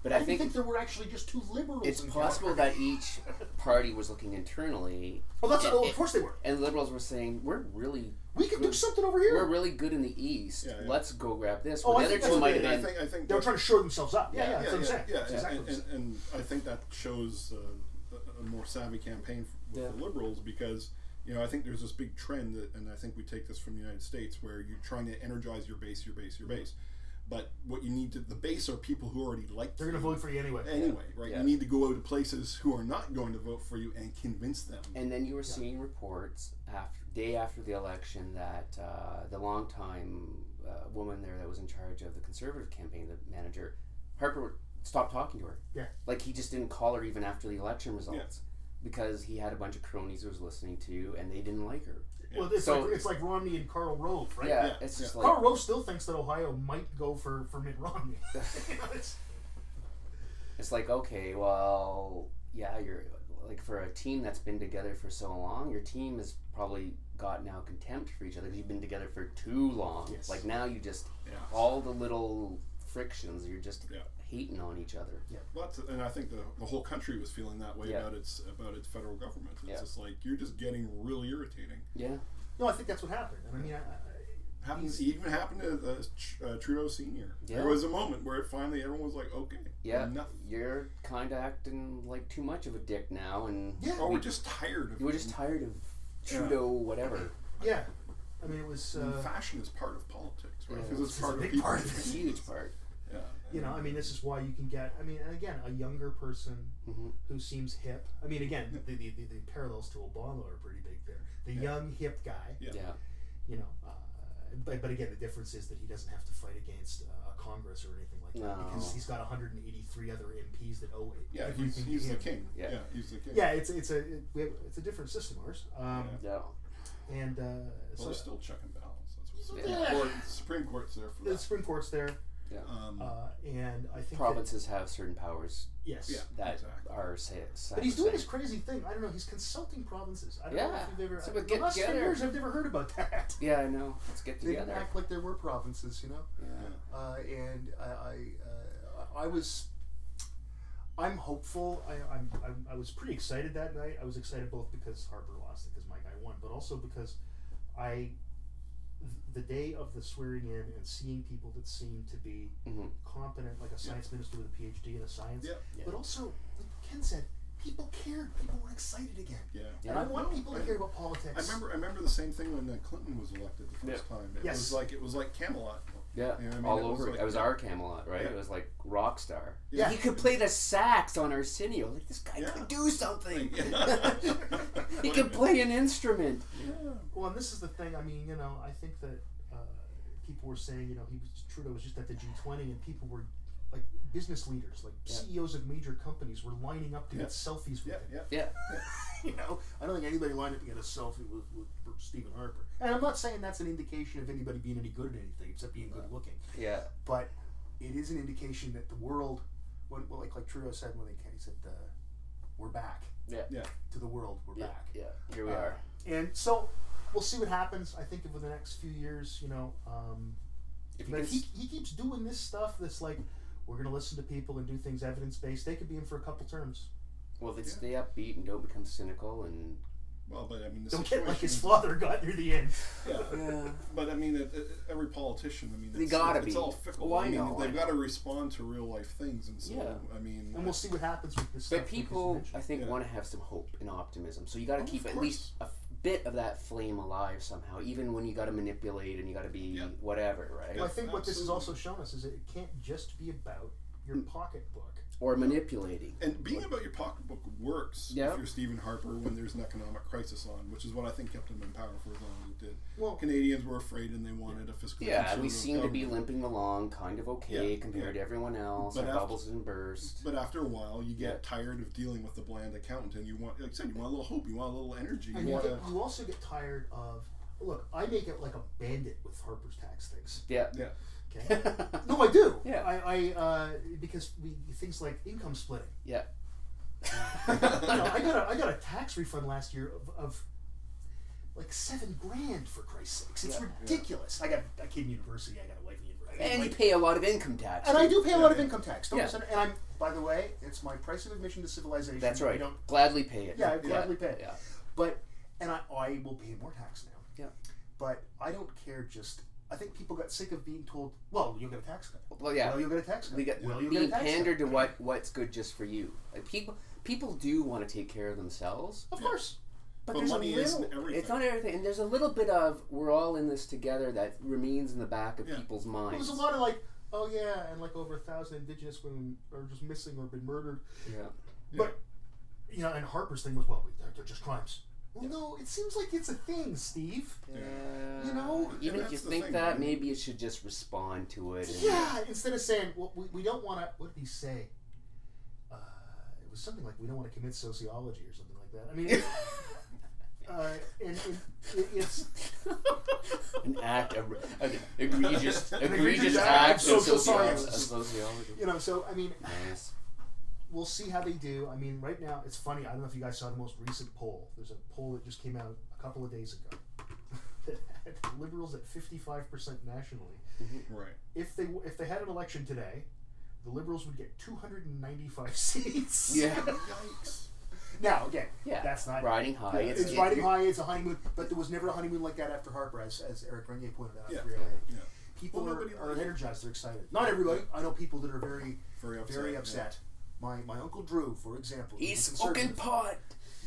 [SPEAKER 2] But
[SPEAKER 1] I,
[SPEAKER 2] I
[SPEAKER 1] didn't think,
[SPEAKER 2] think
[SPEAKER 1] there were actually just two liberals.
[SPEAKER 2] it's
[SPEAKER 1] in
[SPEAKER 2] possible
[SPEAKER 1] Calgary.
[SPEAKER 2] that each party was looking internally,
[SPEAKER 1] Oh, that's
[SPEAKER 2] it-
[SPEAKER 1] oh, of
[SPEAKER 2] it-
[SPEAKER 1] course they were.
[SPEAKER 2] and liberals were saying we're really
[SPEAKER 1] We can do
[SPEAKER 2] Good.
[SPEAKER 1] something over here.
[SPEAKER 2] we're really good in the east.
[SPEAKER 3] Yeah, yeah.
[SPEAKER 2] Let's go grab this.
[SPEAKER 1] Oh,
[SPEAKER 2] Well,
[SPEAKER 1] I
[SPEAKER 2] the other
[SPEAKER 1] think that's
[SPEAKER 2] two
[SPEAKER 1] what
[SPEAKER 2] might
[SPEAKER 1] they
[SPEAKER 2] have
[SPEAKER 3] And I
[SPEAKER 2] been.
[SPEAKER 3] think, I think
[SPEAKER 1] They were
[SPEAKER 3] that's-
[SPEAKER 1] trying to shore themselves up. Yeah, yeah,
[SPEAKER 2] Yeah,
[SPEAKER 1] that's what I'm saying.
[SPEAKER 3] yeah,
[SPEAKER 1] That's
[SPEAKER 3] yeah,
[SPEAKER 1] exactly
[SPEAKER 3] and,
[SPEAKER 1] what I'm
[SPEAKER 3] and, and I think that shows uh, a- a more savvy campaign f- with
[SPEAKER 2] Yeah.
[SPEAKER 3] the liberals because you know I think there's this big trend, that, and I think we take this from the United States, where you're trying to energize your base, your base, your base. But what you need to the base are people who already like
[SPEAKER 1] They're going to
[SPEAKER 3] you
[SPEAKER 1] vote for you anyway.
[SPEAKER 3] anyway, right?
[SPEAKER 2] Yeah.
[SPEAKER 3] You need to go out to places who are not going to vote for you and convince them.
[SPEAKER 2] And then you were seeing reports after day after the election that uh, the longtime uh, woman there that was in charge of the conservative campaign, the manager, Harper stopped talking to her.
[SPEAKER 1] Yeah.
[SPEAKER 2] like he just didn't call her even after the election results because he had a bunch of cronies he was listening to and they didn't like her.
[SPEAKER 1] Well, it's,
[SPEAKER 2] So-
[SPEAKER 1] like, it's like Romney and Karl Rove, right?
[SPEAKER 2] Yeah,
[SPEAKER 3] Yeah,
[SPEAKER 2] it's just
[SPEAKER 1] Karl
[SPEAKER 2] like
[SPEAKER 1] Rove still thinks that Ohio might go for, for Mitt Romney. You know, it's-
[SPEAKER 2] it's like okay, well, yeah, you're like for a team that's been together for so long, your team has probably got now contempt for each other because you've been together for too long.
[SPEAKER 1] Yes.
[SPEAKER 2] Like now you just
[SPEAKER 3] Yeah.
[SPEAKER 2] all the little frictions you're just
[SPEAKER 3] Yeah.
[SPEAKER 2] hating on each other
[SPEAKER 3] Lots of- and I think the, the whole country was feeling that way
[SPEAKER 2] Yeah.
[SPEAKER 3] about its about its federal government. It's
[SPEAKER 2] Yeah.
[SPEAKER 3] just like you're just getting really irritating.
[SPEAKER 2] yeah
[SPEAKER 1] no, I think that's what happened. And I mean, I, I,
[SPEAKER 3] Happens it even happened to uh, Tr- uh, Trudeau Senior.
[SPEAKER 2] Yeah.
[SPEAKER 3] There was a moment where finally everyone was like, "Okay,
[SPEAKER 2] yeah
[SPEAKER 3] enough.
[SPEAKER 2] you're kind of acting like too much of a dick now and
[SPEAKER 1] yeah,
[SPEAKER 3] Oh, we're just tired of
[SPEAKER 2] you were just tired of trudeau whatever
[SPEAKER 1] yeah. I mean, it was,
[SPEAKER 3] And
[SPEAKER 1] uh,
[SPEAKER 3] fashion is part of politics, right?
[SPEAKER 2] Yeah.
[SPEAKER 3] Because it's,
[SPEAKER 1] It's a
[SPEAKER 3] part of
[SPEAKER 1] big
[SPEAKER 3] people.
[SPEAKER 1] part of
[SPEAKER 2] it's a huge part
[SPEAKER 3] Yeah.
[SPEAKER 1] you know, I mean, this is why you can get, I mean, and again, a younger person
[SPEAKER 2] hmm
[SPEAKER 1] who seems hip. I mean, again, the, the, the, the parallels to Obama are pretty big there. The young, hip guy.
[SPEAKER 3] Yeah.
[SPEAKER 2] yeah.
[SPEAKER 1] you know. Uh, but, but again, the difference is that he doesn't have to fight against uh, a Congress or anything like that
[SPEAKER 2] No.
[SPEAKER 1] because he's got 183 other MPs that owe it.
[SPEAKER 3] yeah, he's,
[SPEAKER 1] everything
[SPEAKER 3] he's
[SPEAKER 1] to
[SPEAKER 3] the
[SPEAKER 1] him.
[SPEAKER 3] king.
[SPEAKER 2] Yeah.
[SPEAKER 3] Yeah. he's the king.
[SPEAKER 1] Yeah, it's it's a it, we have, it's a different system ours, um,
[SPEAKER 3] Yeah.
[SPEAKER 2] yeah
[SPEAKER 1] and uh,
[SPEAKER 3] Well,
[SPEAKER 1] so
[SPEAKER 3] there's still check and balance. That's what
[SPEAKER 2] Yeah.
[SPEAKER 3] the Court, Supreme Court's there for
[SPEAKER 1] the
[SPEAKER 3] that.
[SPEAKER 1] Supreme Court's there,
[SPEAKER 3] Um,
[SPEAKER 1] uh, and I think that,
[SPEAKER 2] provinces have certain powers
[SPEAKER 1] yes,
[SPEAKER 3] yeah,
[SPEAKER 2] that
[SPEAKER 3] exactly.
[SPEAKER 2] are say,
[SPEAKER 1] but he's doing this
[SPEAKER 2] sacrosanct.
[SPEAKER 1] crazy thing. I don't know. He's consulting provinces. I don't know if
[SPEAKER 2] Yeah.
[SPEAKER 1] you've ever.
[SPEAKER 2] So
[SPEAKER 1] I-
[SPEAKER 2] we
[SPEAKER 1] the
[SPEAKER 2] get
[SPEAKER 1] last few
[SPEAKER 2] together.
[SPEAKER 1] years, I've never heard about that.
[SPEAKER 2] yeah i know let's get
[SPEAKER 1] They didn't
[SPEAKER 2] together
[SPEAKER 1] act like there were provinces, you know.
[SPEAKER 2] yeah.
[SPEAKER 1] uh, and I, I, uh, I was, I'm hopeful. I, I'm, I'm, I was pretty excited that night. I was excited both because Harper lost it because my guy won, but also because I, the day of the swearing in and seeing people that seemed to be
[SPEAKER 2] Mhm.
[SPEAKER 1] competent, like a science minister with a PhD in a science,
[SPEAKER 3] Mm-hmm. Yeah.
[SPEAKER 2] Yeah.
[SPEAKER 1] but also, like Ken said, people cared. People were excited again.
[SPEAKER 3] Yeah.
[SPEAKER 1] And I
[SPEAKER 2] Yeah.
[SPEAKER 1] want
[SPEAKER 3] No,
[SPEAKER 1] people to
[SPEAKER 3] I-
[SPEAKER 1] hear about politics.
[SPEAKER 3] I remember. I remember the same thing when uh, Clinton was elected the first time. It
[SPEAKER 1] Yes.
[SPEAKER 3] was like it was like Camelot.
[SPEAKER 2] Yeah,
[SPEAKER 3] You know what I mean?
[SPEAKER 2] all
[SPEAKER 3] It was
[SPEAKER 2] over.
[SPEAKER 3] like-
[SPEAKER 2] it was our Camelot, right?
[SPEAKER 3] Yeah.
[SPEAKER 2] It was like rock star.
[SPEAKER 1] Yeah.
[SPEAKER 2] He could play the sax on Arsenio. Like this guy
[SPEAKER 3] Yeah.
[SPEAKER 2] could do something. he
[SPEAKER 3] Wait a
[SPEAKER 2] could play an instrument.
[SPEAKER 3] Yeah.
[SPEAKER 1] Well, and this is the thing. I mean, you know, I think that uh, people were saying, you know, he was Trudeau was just at the G20, and people were like business leaders, like
[SPEAKER 2] Yeah.
[SPEAKER 1] CEOs of major companies, were lining up to
[SPEAKER 3] Yeah.
[SPEAKER 1] get selfies with
[SPEAKER 3] Yeah,
[SPEAKER 1] him.
[SPEAKER 3] yeah.
[SPEAKER 2] Yeah,
[SPEAKER 1] You know, I don't think anybody lined up to get a selfie with, with Stephen Harper. And I'm not saying that's an indication of anybody being any good at anything, except being good looking.
[SPEAKER 2] yeah,
[SPEAKER 1] But it is an indication that the world, when, well, like like Trudeau said when they he said, uh, "We're back."
[SPEAKER 2] Yeah.
[SPEAKER 3] Yeah.
[SPEAKER 1] To the world, we're
[SPEAKER 2] yeah.
[SPEAKER 1] back.
[SPEAKER 2] yeah. Here we
[SPEAKER 1] Uh,
[SPEAKER 2] are.
[SPEAKER 1] And so we'll see what happens. I think over the next few years, you know, um,
[SPEAKER 2] If he
[SPEAKER 1] but if
[SPEAKER 2] gets,
[SPEAKER 1] he, he keeps doing this stuff that's like, we're going to listen to people and do things evidence based, they could be in for a couple terms.
[SPEAKER 2] well, if they stay upbeat and don't become cynical and
[SPEAKER 3] Well, but I mean, the
[SPEAKER 1] Don't
[SPEAKER 3] situation.
[SPEAKER 1] get like his father got near the end.
[SPEAKER 3] Yeah. But I mean, it, it, every politician. I mean,
[SPEAKER 2] They
[SPEAKER 3] it's,
[SPEAKER 2] gotta
[SPEAKER 3] it's
[SPEAKER 2] be.
[SPEAKER 3] all fickle.
[SPEAKER 2] Well, I
[SPEAKER 3] I mean,
[SPEAKER 2] know, I
[SPEAKER 3] they've
[SPEAKER 2] know.
[SPEAKER 3] got to respond to real life things, and so
[SPEAKER 2] Yeah.
[SPEAKER 3] I mean, uh,
[SPEAKER 1] And we'll see what happens with this
[SPEAKER 2] But
[SPEAKER 1] stuff. that you just
[SPEAKER 2] people,
[SPEAKER 1] mentioned.
[SPEAKER 2] I think,
[SPEAKER 3] Yeah.
[SPEAKER 2] want to have some hope and optimism. So you got to
[SPEAKER 3] Oh,
[SPEAKER 2] keep
[SPEAKER 3] of
[SPEAKER 2] at least a f- bit of that flame alive somehow, even when you got to manipulate and you got to be
[SPEAKER 3] Yeah.
[SPEAKER 2] whatever, right?
[SPEAKER 1] Well, I think what this has
[SPEAKER 3] absolutely.
[SPEAKER 1] also shown us is that it can't just be about your pocketbook.
[SPEAKER 2] Or manipulating.
[SPEAKER 3] and being about your pocketbook works
[SPEAKER 2] Yeah.
[SPEAKER 3] if you're Stephen Harper when there's an economic crisis on, which is what I think kept him in power for as long as it did.
[SPEAKER 1] Well,
[SPEAKER 3] Canadians were afraid, and they wanted a fiscal.
[SPEAKER 2] Yeah, we
[SPEAKER 3] conservative
[SPEAKER 2] seem to be
[SPEAKER 3] government.
[SPEAKER 2] limping along, kind of okay
[SPEAKER 3] Yeah,
[SPEAKER 2] compared to everyone else.
[SPEAKER 3] But
[SPEAKER 2] Our
[SPEAKER 3] after-
[SPEAKER 2] bubbles didn't burst.
[SPEAKER 3] But after a while, you get
[SPEAKER 2] Yeah.
[SPEAKER 3] tired of dealing with the bland accountant, and you want, like I said, you want a little hope, you want a little energy, you
[SPEAKER 1] and you,
[SPEAKER 3] want
[SPEAKER 1] get,
[SPEAKER 3] to.
[SPEAKER 1] you also get tired of. Look, I make it like a bandit with Harper's tax things.
[SPEAKER 2] yeah,
[SPEAKER 3] Yeah,
[SPEAKER 1] Okay. No, I do.
[SPEAKER 2] Yeah.
[SPEAKER 1] I, I uh, because we things like income splitting.
[SPEAKER 2] yeah.
[SPEAKER 1] You know, I got a, I got a tax refund last year of, of like seven grand for Christ's sakes. It's
[SPEAKER 2] Yeah.
[SPEAKER 1] ridiculous. I got a kid in university. I got a wife in university.
[SPEAKER 2] and you
[SPEAKER 1] like-
[SPEAKER 2] pay a lot of income tax.
[SPEAKER 1] and I do pay a lot of
[SPEAKER 3] Yeah.
[SPEAKER 1] income tax. Don't
[SPEAKER 2] Yeah.
[SPEAKER 1] misunderstand- and I'm by the way, it's my price of admission to civilization.
[SPEAKER 2] That's
[SPEAKER 1] I
[SPEAKER 2] right.
[SPEAKER 1] don't
[SPEAKER 2] Gladly pay it.
[SPEAKER 1] Yeah, I gladly pay it.
[SPEAKER 2] Yeah.
[SPEAKER 1] But and I, I will pay more tax now.
[SPEAKER 2] Yeah.
[SPEAKER 1] But I don't care. Just I think people got sick of being told, "Well, you'll get a tax cut.
[SPEAKER 2] Well, yeah.
[SPEAKER 1] Well, you'll get a tax cut.
[SPEAKER 2] we got
[SPEAKER 1] well, you'll get a
[SPEAKER 2] being
[SPEAKER 1] tax cut."
[SPEAKER 2] pandered to what what's good just for you. Like people people do want to take care of themselves,
[SPEAKER 1] Of course.
[SPEAKER 2] but,
[SPEAKER 3] But
[SPEAKER 2] there's
[SPEAKER 3] money
[SPEAKER 2] a little,
[SPEAKER 3] isn't everything.
[SPEAKER 2] It's not everything, and there's a little bit of we're all in this together that remains in the back of
[SPEAKER 3] Yeah.
[SPEAKER 2] people's
[SPEAKER 1] Well,
[SPEAKER 2] minds.
[SPEAKER 1] there's a lot of like, oh yeah, and like over a thousand indigenous women are just missing or been murdered.
[SPEAKER 2] yeah.
[SPEAKER 1] But you know, and Harper's thing was, well, they're, they're just crimes. Well, no, it seems like it's a thing, Steve. You know?
[SPEAKER 3] And
[SPEAKER 2] even if
[SPEAKER 3] that's
[SPEAKER 2] you
[SPEAKER 3] the
[SPEAKER 2] think
[SPEAKER 3] thing,
[SPEAKER 2] that,
[SPEAKER 3] right?
[SPEAKER 2] maybe you should just respond to it. And,
[SPEAKER 1] Yeah. Instead of saying, well, we, we don't want to. What did he say? Uh, it was something like, we don't want to commit sociology or something like that. I mean. it- Uh, and it, it, it's
[SPEAKER 2] an act of an egregious, egregious
[SPEAKER 1] egregious
[SPEAKER 2] act of
[SPEAKER 1] act of social
[SPEAKER 2] sociolo-
[SPEAKER 1] science.
[SPEAKER 2] of sociology.
[SPEAKER 1] you know so I mean
[SPEAKER 2] Nice.
[SPEAKER 1] we'll see how they do. I mean right now it's funny. I don't know if you guys saw the most recent poll. There's a poll that just came out a couple of days ago that had liberals at 55 percent nationally.
[SPEAKER 3] right.
[SPEAKER 1] if they if they had an election today, the Liberals would get 295 seats.
[SPEAKER 2] Yeah.
[SPEAKER 3] Yikes.
[SPEAKER 1] Now again,
[SPEAKER 2] Yeah.
[SPEAKER 1] that's not.
[SPEAKER 2] riding high.
[SPEAKER 1] It's,
[SPEAKER 2] it-
[SPEAKER 1] riding high. It's a honeymoon, but there was never a honeymoon like that after Harper, as, as Eric Renier pointed out.
[SPEAKER 3] Yeah.
[SPEAKER 1] Really.
[SPEAKER 3] Yeah.
[SPEAKER 1] People
[SPEAKER 3] Well, nobody
[SPEAKER 1] are, are
[SPEAKER 3] likes it.
[SPEAKER 1] energized. They're excited. Not everybody. I know people that are very,
[SPEAKER 3] Very upset.
[SPEAKER 1] very
[SPEAKER 3] yeah.
[SPEAKER 1] upset. My my uncle Drew, for example,
[SPEAKER 2] He's
[SPEAKER 1] a conservative.
[SPEAKER 2] smoking pot.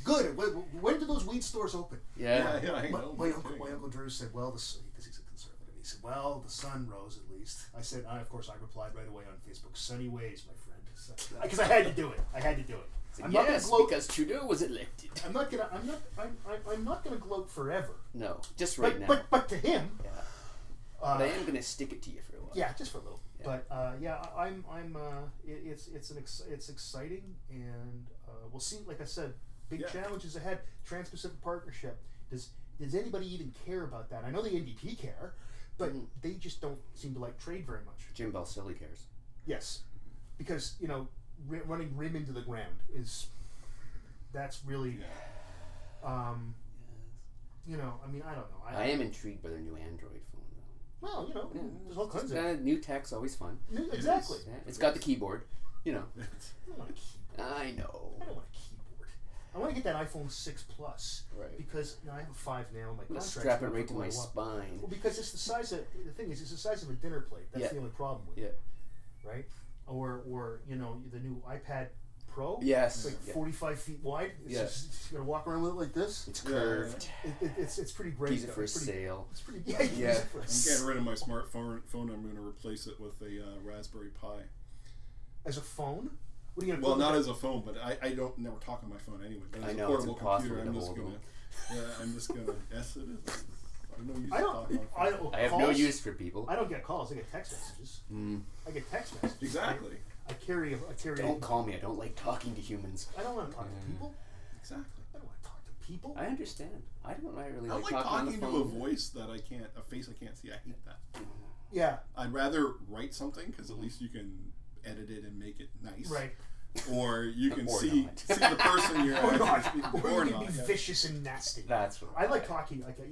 [SPEAKER 1] Good. When, when do those weed stores open?
[SPEAKER 3] Yeah,
[SPEAKER 2] Yeah.
[SPEAKER 3] yeah, I
[SPEAKER 1] My,
[SPEAKER 3] know.
[SPEAKER 1] my uncle, my uncle Drew said, "Well, the sun, because he's a conservative." He said, "Well, the sun rose at least." I said, I, "Of course." I replied right away on Facebook, "Sunny ways, my friend," because I had to do it. I had to do it. I'm not
[SPEAKER 2] yes,
[SPEAKER 1] gonna gloat.
[SPEAKER 2] because Trudeau was elected.
[SPEAKER 1] I'm not gonna. I'm not. I'm, I'm, I'm not gonna gloat forever.
[SPEAKER 2] No, just right
[SPEAKER 1] but,
[SPEAKER 2] now.
[SPEAKER 1] but but to him,
[SPEAKER 2] yeah.
[SPEAKER 1] uh,
[SPEAKER 2] But I am gonna stick it to you for a while.
[SPEAKER 1] yeah, just for a little.
[SPEAKER 2] Yeah.
[SPEAKER 1] But uh, yeah, I- I'm I'm. Uh, it, it's it's an ex- it's exciting, and uh, we'll see. Like I said, big
[SPEAKER 3] Yeah.
[SPEAKER 1] challenges ahead. Trans-Pacific Partnership. Does does anybody even care about that? I know the NDP care, but
[SPEAKER 2] Mhm.
[SPEAKER 1] they just don't seem to like trade very much.
[SPEAKER 2] Jim Balsillie cares.
[SPEAKER 1] Yes, because you know ri running rim into the ground is that's really. Um, you know, I mean, I don't know. I,
[SPEAKER 2] I am intrigued by their new Android phone though.
[SPEAKER 1] well, you know,
[SPEAKER 2] Yeah.
[SPEAKER 1] there's all kinds of
[SPEAKER 2] Uh, new tech's always fun.
[SPEAKER 1] exactly.
[SPEAKER 2] Yeah, It's got the keyboard. You know.
[SPEAKER 1] I don't want a key-
[SPEAKER 2] I know.
[SPEAKER 1] I don't want a keyboard. I want to get that iPhone six plus
[SPEAKER 2] Right.
[SPEAKER 1] because you know, I have a five now. and My
[SPEAKER 2] I'm gonna
[SPEAKER 1] contract's
[SPEAKER 2] strap it
[SPEAKER 1] not
[SPEAKER 2] right to my
[SPEAKER 1] going up.
[SPEAKER 2] spine.
[SPEAKER 1] Well, because it's the size of the thing is it's the size of a dinner plate. That's
[SPEAKER 2] Yeah.
[SPEAKER 1] the only problem with
[SPEAKER 2] Yeah.
[SPEAKER 1] it, right? Or or you know the new iPad Pro. It's
[SPEAKER 2] Yes.
[SPEAKER 1] like
[SPEAKER 2] Yeah.
[SPEAKER 1] 45 feet wide. It's
[SPEAKER 2] Yeah.
[SPEAKER 1] just, it's gonna walk around with it like this.
[SPEAKER 2] It's
[SPEAKER 3] Yeah.
[SPEAKER 2] curved.
[SPEAKER 1] It, it, it's it's pretty great.
[SPEAKER 2] Piece
[SPEAKER 1] though.
[SPEAKER 2] it for
[SPEAKER 1] it's pretty.
[SPEAKER 2] sale.
[SPEAKER 1] It's pretty. Yeah. you
[SPEAKER 2] Yeah.
[SPEAKER 1] use it for-
[SPEAKER 3] I'm getting rid of my smartphone. Phone. I'm going to replace it with a uh, Raspberry Pi.
[SPEAKER 1] As a phone. What are you gonna?
[SPEAKER 3] Well,
[SPEAKER 1] put
[SPEAKER 3] not
[SPEAKER 1] with
[SPEAKER 3] as a phone, but I, I don't never talk on my phone anyway. But as
[SPEAKER 2] I
[SPEAKER 3] a
[SPEAKER 2] know, it's
[SPEAKER 3] portable
[SPEAKER 2] impossible to
[SPEAKER 3] computer, I'm
[SPEAKER 2] hold
[SPEAKER 3] just gonna.
[SPEAKER 2] them.
[SPEAKER 3] Yeah, I'm just gonna. Yes, it is. I'm no use
[SPEAKER 1] that? I
[SPEAKER 3] to
[SPEAKER 1] don't.
[SPEAKER 3] talking
[SPEAKER 1] I,
[SPEAKER 3] on my phone.
[SPEAKER 1] don't-
[SPEAKER 2] I have no
[SPEAKER 1] calls?
[SPEAKER 2] use for people.
[SPEAKER 1] I don't get calls. I get text messages.
[SPEAKER 2] Mm.
[SPEAKER 1] I get text messages.
[SPEAKER 3] Exactly.
[SPEAKER 1] I carry. a- I carry.
[SPEAKER 2] Don't call me. I don't like talking to humans.
[SPEAKER 1] I don't want to talk to people.
[SPEAKER 3] Exactly.
[SPEAKER 1] I don't want to talk to people.
[SPEAKER 2] I understand. I don't really
[SPEAKER 3] I
[SPEAKER 2] like,
[SPEAKER 3] like
[SPEAKER 2] talking,
[SPEAKER 3] talking to a
[SPEAKER 2] on the phone.
[SPEAKER 3] voice that I can't, a face I can't see. I hate that.
[SPEAKER 1] yeah.
[SPEAKER 3] I'd rather write something because at least you can edit it and make it nice.
[SPEAKER 1] Right.
[SPEAKER 3] Or you can
[SPEAKER 2] Or
[SPEAKER 3] see
[SPEAKER 2] not.
[SPEAKER 3] see the person you're
[SPEAKER 1] Or
[SPEAKER 3] actually
[SPEAKER 1] not.
[SPEAKER 3] speaking to.
[SPEAKER 1] Or
[SPEAKER 3] Or
[SPEAKER 1] you can be
[SPEAKER 3] not. yeah.
[SPEAKER 1] vicious and nasty.
[SPEAKER 2] That's what
[SPEAKER 1] I like talking. Like uh,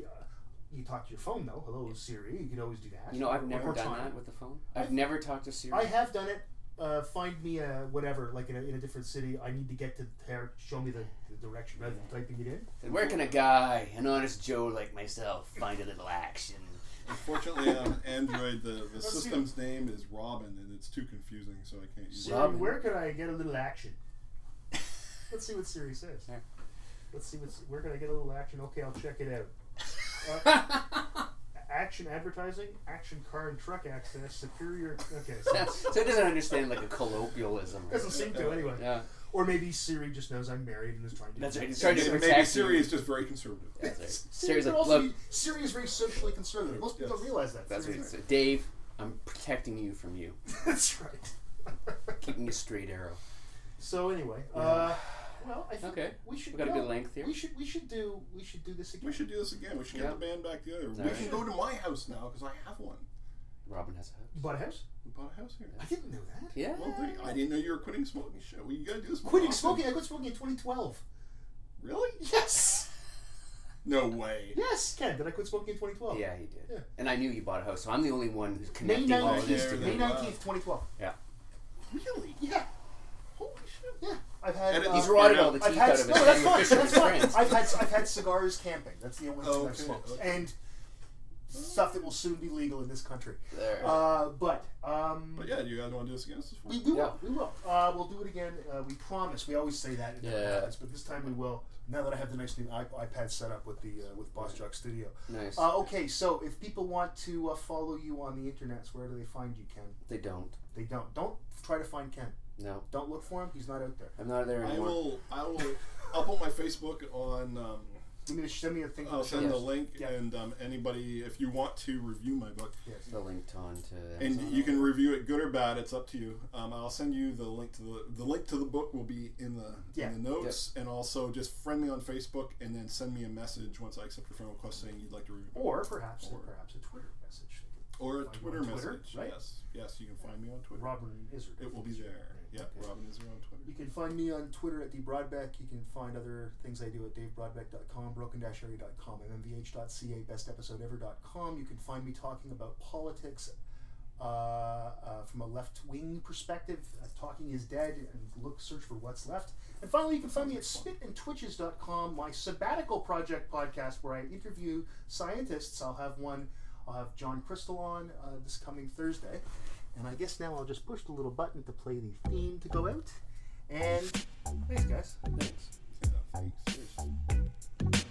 [SPEAKER 1] you talk to your phone though. Hello Siri. You can always do that.
[SPEAKER 2] You know, I've
[SPEAKER 1] Or
[SPEAKER 2] never done
[SPEAKER 1] time.
[SPEAKER 2] that with the phone. I've never talked to Siri.
[SPEAKER 1] I have done it. Uh, find me a whatever, like in a, in a different city. I need to get to there. Show me the, the direction rather than typing it in.
[SPEAKER 2] Said, Where can a guy, an honest Joe like myself, find a little action?
[SPEAKER 3] Unfortunately, on Android, the, the
[SPEAKER 1] see.
[SPEAKER 3] system's name is Robin, and it's too confusing, so I can't use
[SPEAKER 1] Siri,
[SPEAKER 3] it.
[SPEAKER 2] Robin.
[SPEAKER 1] where could I get a little action? Let's see what Siri says.
[SPEAKER 2] Yeah.
[SPEAKER 1] Let's see what's where can I get a little action. Okay, I'll check it out. Uh, Action advertising, action car and truck access, superior. Okay, so it
[SPEAKER 2] so it doesn't understand like a colloquialism.
[SPEAKER 1] doesn't seem to anyway.
[SPEAKER 2] Yeah,
[SPEAKER 1] Or maybe Siri just knows I'm married and is trying to.
[SPEAKER 2] that's right. It's trying to
[SPEAKER 3] Maybe,
[SPEAKER 2] protect
[SPEAKER 3] maybe
[SPEAKER 2] you.
[SPEAKER 3] Siri is just very conservative.
[SPEAKER 2] That's right.
[SPEAKER 1] Siri
[SPEAKER 2] Siri's
[SPEAKER 1] could
[SPEAKER 2] like,
[SPEAKER 1] also
[SPEAKER 2] look,
[SPEAKER 1] be- Siri is very socially conservative. Most people
[SPEAKER 3] Yes.
[SPEAKER 1] don't realize that.
[SPEAKER 2] that's what
[SPEAKER 1] Siri's
[SPEAKER 2] it's. Dave, I'm protecting you from you,
[SPEAKER 1] like- That's right.
[SPEAKER 2] keeping a straight arrow.
[SPEAKER 1] So anyway, uh, well, I think
[SPEAKER 2] Okay.
[SPEAKER 1] we should
[SPEAKER 2] We got a
[SPEAKER 1] no,
[SPEAKER 2] good length here.
[SPEAKER 1] We should we should do we should do this again.
[SPEAKER 3] We should do this again. We should get
[SPEAKER 2] Yeah.
[SPEAKER 3] the band back together. we
[SPEAKER 2] Alright.
[SPEAKER 3] can go to my house now because I have one.
[SPEAKER 2] Robin has a hook.
[SPEAKER 1] You bought a house?
[SPEAKER 3] We bought a house here.
[SPEAKER 1] I didn't know that.
[SPEAKER 2] Yeah.
[SPEAKER 3] Well, there- I didn't know you were quitting smoking. Shit, well, you gotta do this. more
[SPEAKER 1] Quitting
[SPEAKER 3] often.
[SPEAKER 1] smoking. I quit smoking in 2012.
[SPEAKER 3] Really?
[SPEAKER 1] Yes.
[SPEAKER 3] No way.
[SPEAKER 1] Yes, Ken. Did I quit smoking in 2012?
[SPEAKER 2] Yeah, he did.
[SPEAKER 1] Yeah.
[SPEAKER 2] And I knew you bought a house, so I'm the only one who's
[SPEAKER 1] May
[SPEAKER 2] connecting all of
[SPEAKER 1] 19th,
[SPEAKER 2] this
[SPEAKER 3] Yeah,
[SPEAKER 2] together.
[SPEAKER 1] May
[SPEAKER 3] Wow.
[SPEAKER 1] 19th, 2012.
[SPEAKER 3] Really?
[SPEAKER 1] Yeah,
[SPEAKER 3] Holy shit.
[SPEAKER 1] yeah. I've had.
[SPEAKER 3] And
[SPEAKER 1] uh,
[SPEAKER 2] He's rotted all the
[SPEAKER 1] I've
[SPEAKER 2] teeth
[SPEAKER 1] had,
[SPEAKER 2] out of his
[SPEAKER 1] no, that's
[SPEAKER 2] family,
[SPEAKER 1] fine.
[SPEAKER 2] official
[SPEAKER 1] That's fine.
[SPEAKER 2] friends.
[SPEAKER 1] I've had I've had cigars camping. That's the only thing I've
[SPEAKER 3] Okay,
[SPEAKER 1] smoked,
[SPEAKER 3] okay.
[SPEAKER 1] and stuff that will soon be legal in this country.
[SPEAKER 2] There.
[SPEAKER 1] Uh, but um,
[SPEAKER 3] But yeah, do you guys want to do this again? This is fun.
[SPEAKER 1] We, we
[SPEAKER 2] Yeah.
[SPEAKER 1] will. We will. Uh, we'll do it again. Uh, we promise. We always say that. in the
[SPEAKER 2] Yeah.
[SPEAKER 1] podcasts, But this time we will. Now that I have the nice new iP- iPad set up with the uh, with Boss Jock Studio.
[SPEAKER 2] nice.
[SPEAKER 1] Uh, okay, so if people want to uh, follow you on the internets, where do they find you, Ken?
[SPEAKER 2] they don't.
[SPEAKER 1] They don't. Don't try to find Ken.
[SPEAKER 2] No,
[SPEAKER 1] Don't look for him. He's not out there.
[SPEAKER 2] I'm not there
[SPEAKER 3] I
[SPEAKER 2] anymore.
[SPEAKER 3] will. I will. I'll put my Facebook on. Um,
[SPEAKER 1] Give me the, send me a thing.
[SPEAKER 3] I'll Oh, send the
[SPEAKER 2] Yes.
[SPEAKER 3] link,
[SPEAKER 1] Yeah.
[SPEAKER 3] and um, anybody, if you want to review my book,
[SPEAKER 1] Yes.
[SPEAKER 2] The linked on to
[SPEAKER 3] and
[SPEAKER 2] Amazon.
[SPEAKER 3] you can review it good or bad, it's up to you. Um, I'll send you the link to the the link to the book will be in the
[SPEAKER 1] Yeah.
[SPEAKER 3] in the notes, and also just friend me on Facebook, and then send me a message once I accept your friend request saying you'd like to review,
[SPEAKER 1] Or perhaps
[SPEAKER 3] Or-
[SPEAKER 1] perhaps a Twitter message.
[SPEAKER 3] or a
[SPEAKER 1] Find me
[SPEAKER 3] Twitter
[SPEAKER 1] on Twitter,
[SPEAKER 3] message.
[SPEAKER 1] right?
[SPEAKER 3] Yes, yes, you can find me on Twitter.
[SPEAKER 1] Robin Izzard.
[SPEAKER 3] It will be there. Yeah, Robin is there on Twitter.
[SPEAKER 1] You can find me on Twitter at dbroadbeck. You can find other things I do at davebroadbeck.com, broken-area.com, mmvh.ca, bestepisodeever.com. You can find me talking about politics uh, uh, from a left-wing perspective. Uh, talking is dead, and look, search for what's left. And finally, you can find me at spitandtwitches.com, my sabbatical project podcast where I interview scientists. I'll have one. I'll have John Crystal on uh, this coming Thursday. And I guess now I'll just push the little button to play the theme to go out. And thanks, guys.
[SPEAKER 3] Yeah, thanks. Seriously.